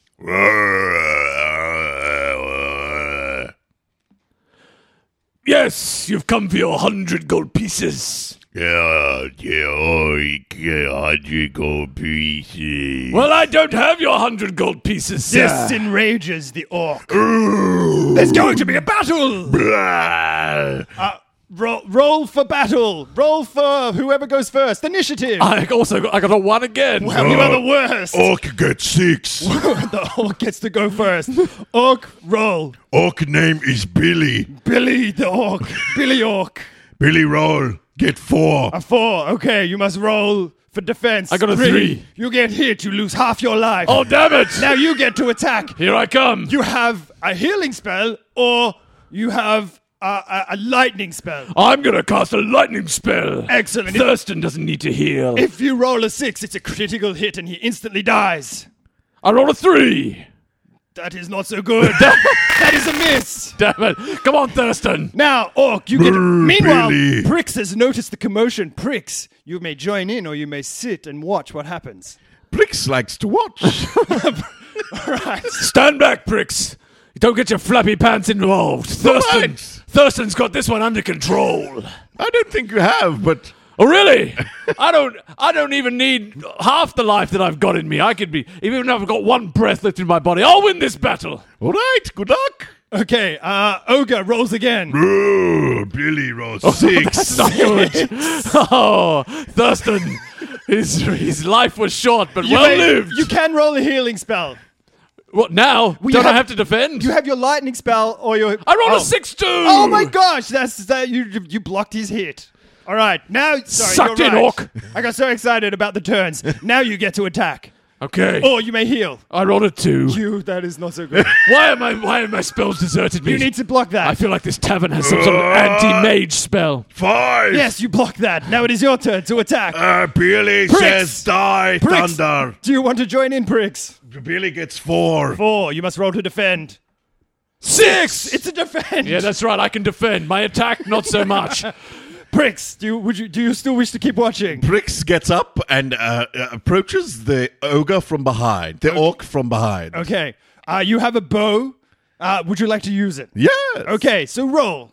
Yes, you've come for your hundred gold pieces.
Yeah, yeah, oh, yeah, hundred gold pieces.
Well, I don't have your hundred gold pieces, sir.
"This enrages the orc. There's going to be a battle.
Ah.
Uh, ro- roll for battle. Roll for whoever goes first. Initiative.
I Oh. also got, I got a one again.
Well, you are the worst.
Orc get
*laughs*
six.
the orc gets to go first. Orc, roll.
Orc name is Billy.
Billy the orc. Billy orc.
Billy roll. Get four.
A four. Okay, you must roll for defense.
I got a three.
You get hit. You lose half your life.
oh, damn it!
*laughs* Now you get to attack.
Here I come.
You have a healing spell, or you have a, a, a lightning spell.
I'm gonna cast a lightning spell.
Excellent. If,
Thurston doesn't need to heal.
if you roll a six, it's a critical hit, and he instantly dies.
I roll a three.
That is not
*laughs*
so good. that is a miss.
Damn it! Come on, Thurston.
Now, Orc, you get.
Brr,
Meanwhile,
Billy.
Prix has noticed the commotion. Prix, you may join in, or you may sit and watch what happens.
Bricks likes to watch.
Stand back, pricks. Don't get your flappy pants involved. Thurston.
Thanks.
Thurston's got this one under control.
I don't think you have, but
Oh really? *laughs* I don't. I don't even need half the life that I've got in me. I could be even if I've got one breath left in my body. I'll win this battle. *laughs*
all right. Good luck.
Okay, uh, Ogre rolls again.
Brr, Billy roll
Oh,
That's
*laughs*
six.
not good. Oh, Thurston, *laughs* his his life was short but
You
well
may-
lived.
You can roll a healing spell.
what now? don't I
have-
have to defend?
You have your lightning spell or your.
I rolled
oh.
a six two.
Oh my gosh! That's that you you you blocked his hit. All right, now sorry,
Sucked
you're
in,
right.
orc.
I got so excited about the turns. Now you get to attack,
Okay.
or you may heal.
I rolled a two.
Oh. You that is not so
*laughs*
good.
Why am I? Why have my spells deserted me?
you need to Uh. block
I
that.
feel like this tavern has some sort of anti-mage spell.
Five.
yes, you block that. Now it is your turn to attack.
Uh, Billy says die,
Pricks.
thunder.
Do you want to join in, Pricks?
Billy gets four.
Four. You must roll to defend.
Six.
It's a defend.
yeah, that's right. I can defend. My attack, not so
*laughs*
much.
Pricks. Do you would you do you still wish to keep watching?
Bricks gets up and uh, uh, approaches the ogre from behind, the orc from behind.
Okay. Uh, you have a bow. Uh, would you like to use it?
Yes.
Okay, so roll.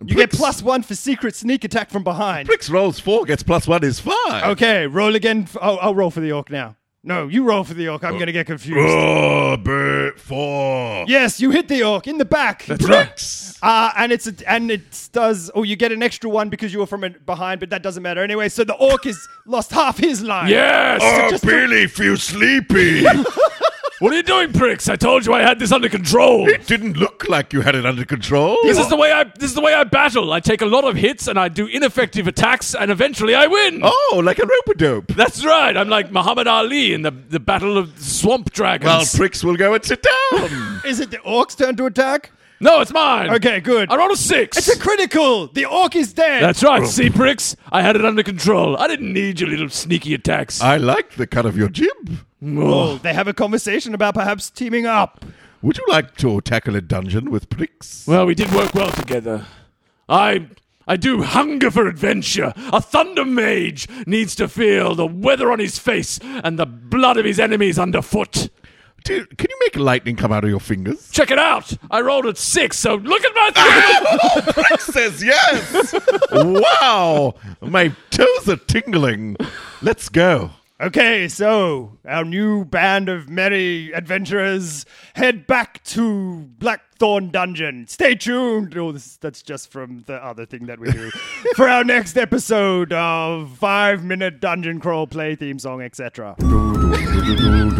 You get
Pricks.
plus one for secret sneak attack from behind.
Bricks rolls four, gets plus one is five.
Okay, roll again. F- oh, I'll roll for the orc now. No, you roll for the orc. I'm going to get
Uh.
confused.
Brr, brr, four.
Yes, you hit the orc in the back.
Bricks.
Uh, and it's a, and it does. Oh, you get an extra one because you were from a, behind, but that doesn't matter anyway. So the orc has lost half his life.
Yes.
Oh, Billy feels sleepy.
What are you doing, pricks? I told you I had this under control.
It didn't look like you had it under control.
This is the way I. This is the way I battle. I take a lot of hits and I do ineffective attacks, and eventually I win.
Oh, like a rope a dope.
That's right. I'm like Muhammad Ali in the, the Battle of Swamp
Well,
Dragons.
Bricks will go and sit
*laughs*
down.
Is it the orc's turn to attack?
no, it's mine.
Okay, good.
I rolled a six.
It's a Oh. critical. The orc is dead.
That's right. See, pricks. I had it under control. I didn't need your little sneaky
Uh,
attacks.
I like the cut of your jib.
Oh, they have a conversation about perhaps teaming up.
Would you like to tackle a dungeon with pricks?
Well, we did work well together. I I do hunger for adventure. A thunder mage needs to feel the weather on his face and the blood of his enemies underfoot.
Dude, can you make lightning come out of your fingers?
*laughs* Check it out. I rolled at six, so look at my.
says yes. *laughs* wow, my toes are tingling. Let's go.
Okay, so our new band of merry adventurers head back to Blackthorn Dungeon. Stay tuned. Oh, this, that's just from the other thing that
*laughs*
we do for our next episode of Five Minute Dungeon Crawl Play Theme Song, etc.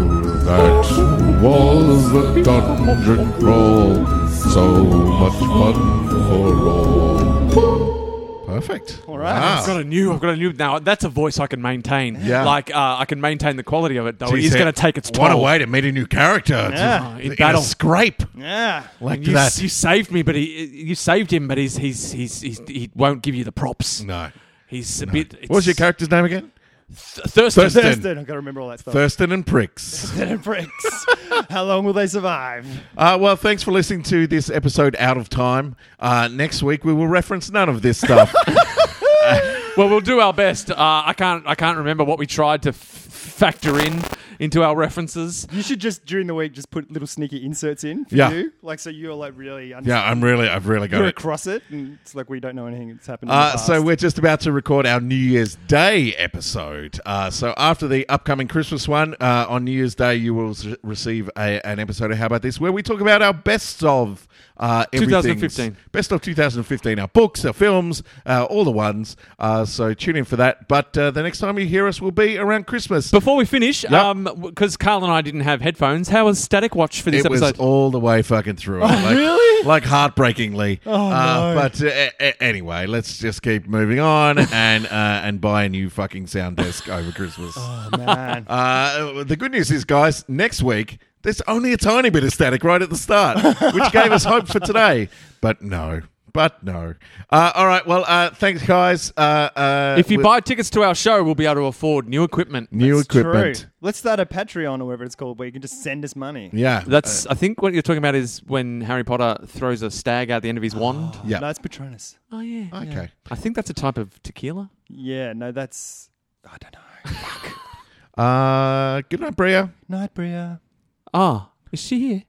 That was the dungeon crawl. So much fun for all.
Perfect. All
right.
I've got a new. I've got a new. Now that's a voice I can maintain.
Yeah.
Like uh, I can maintain the quality of it, though. It is going to take its toll.
What a way to meet a new character.
Yeah.
To-
In
in
battle.
a scrape
Yeah.
like
You,
that.
you saved me, but he you saved him, but he's he's he's, he's he won't give you the props.
no.
He's a bit. It's
What was your character's name again?
Thurston.
Thurston.
Thurston, I've got to remember all that stuff.
Thurston and Pricks.
Thurston breaks. How long will they survive?
*laughs* Uh, well, thanks for listening to this episode out of time. Uh, next week, we will reference none of this stuff.
Well, we'll do our best. Uh, I can't. I can't remember what we tried to f- factor in into our references.
You should just during the week just put little sneaky inserts in for
Yeah.
you, like so you're like really under-
yeah, I'm really, I've really got
you're
it.
across it, and it's like we don't know anything that's happened. in the
Uh,
past.
so we're just about to record our New Year's Day episode. Uh, so after the upcoming Christmas one uh, on New Year's Day, you will s- receive a, an episode of How About This, where we talk about our best of uh, everything's-
2015.
best of 2015, our books, our films, uh, all the ones. Uh, so tune in for that. But uh, the next time you hear us will be around Christmas.
Before we finish, um, because Carl and I didn't have headphones, how was Static Watch for this
it
episode? Oh,
was all the way fucking through. like, really? Like heartbreakingly. Oh, uh, But uh, a- anyway, let's just keep moving
*laughs*
on and uh, and buy a new fucking sound desk over Christmas.
Oh.
man.
Uh, the good news is, guys, next week there's only a tiny bit of static right at the start, which gave us hope for today. But no. But no. Uh, all right. Well, uh, thanks, guys. Uh, uh,
if you
we-
buy tickets to our show, we'll be able to afford new equipment.
new
It's
equipment,
True. Let's start a Patreon or whatever it's called, where you can just send us money.
yeah,
That's. I think what you're talking about is when Harry Potter throws a stag out the end of his wand.
yeah.
No, it's Patronus.
Oh yeah.
Okay.
yeah. I think that's a type of tequila.
Yeah, no, that's I don't know. *laughs*
Uh, good night, Bria.
Night, Bria.
Ah, is she here?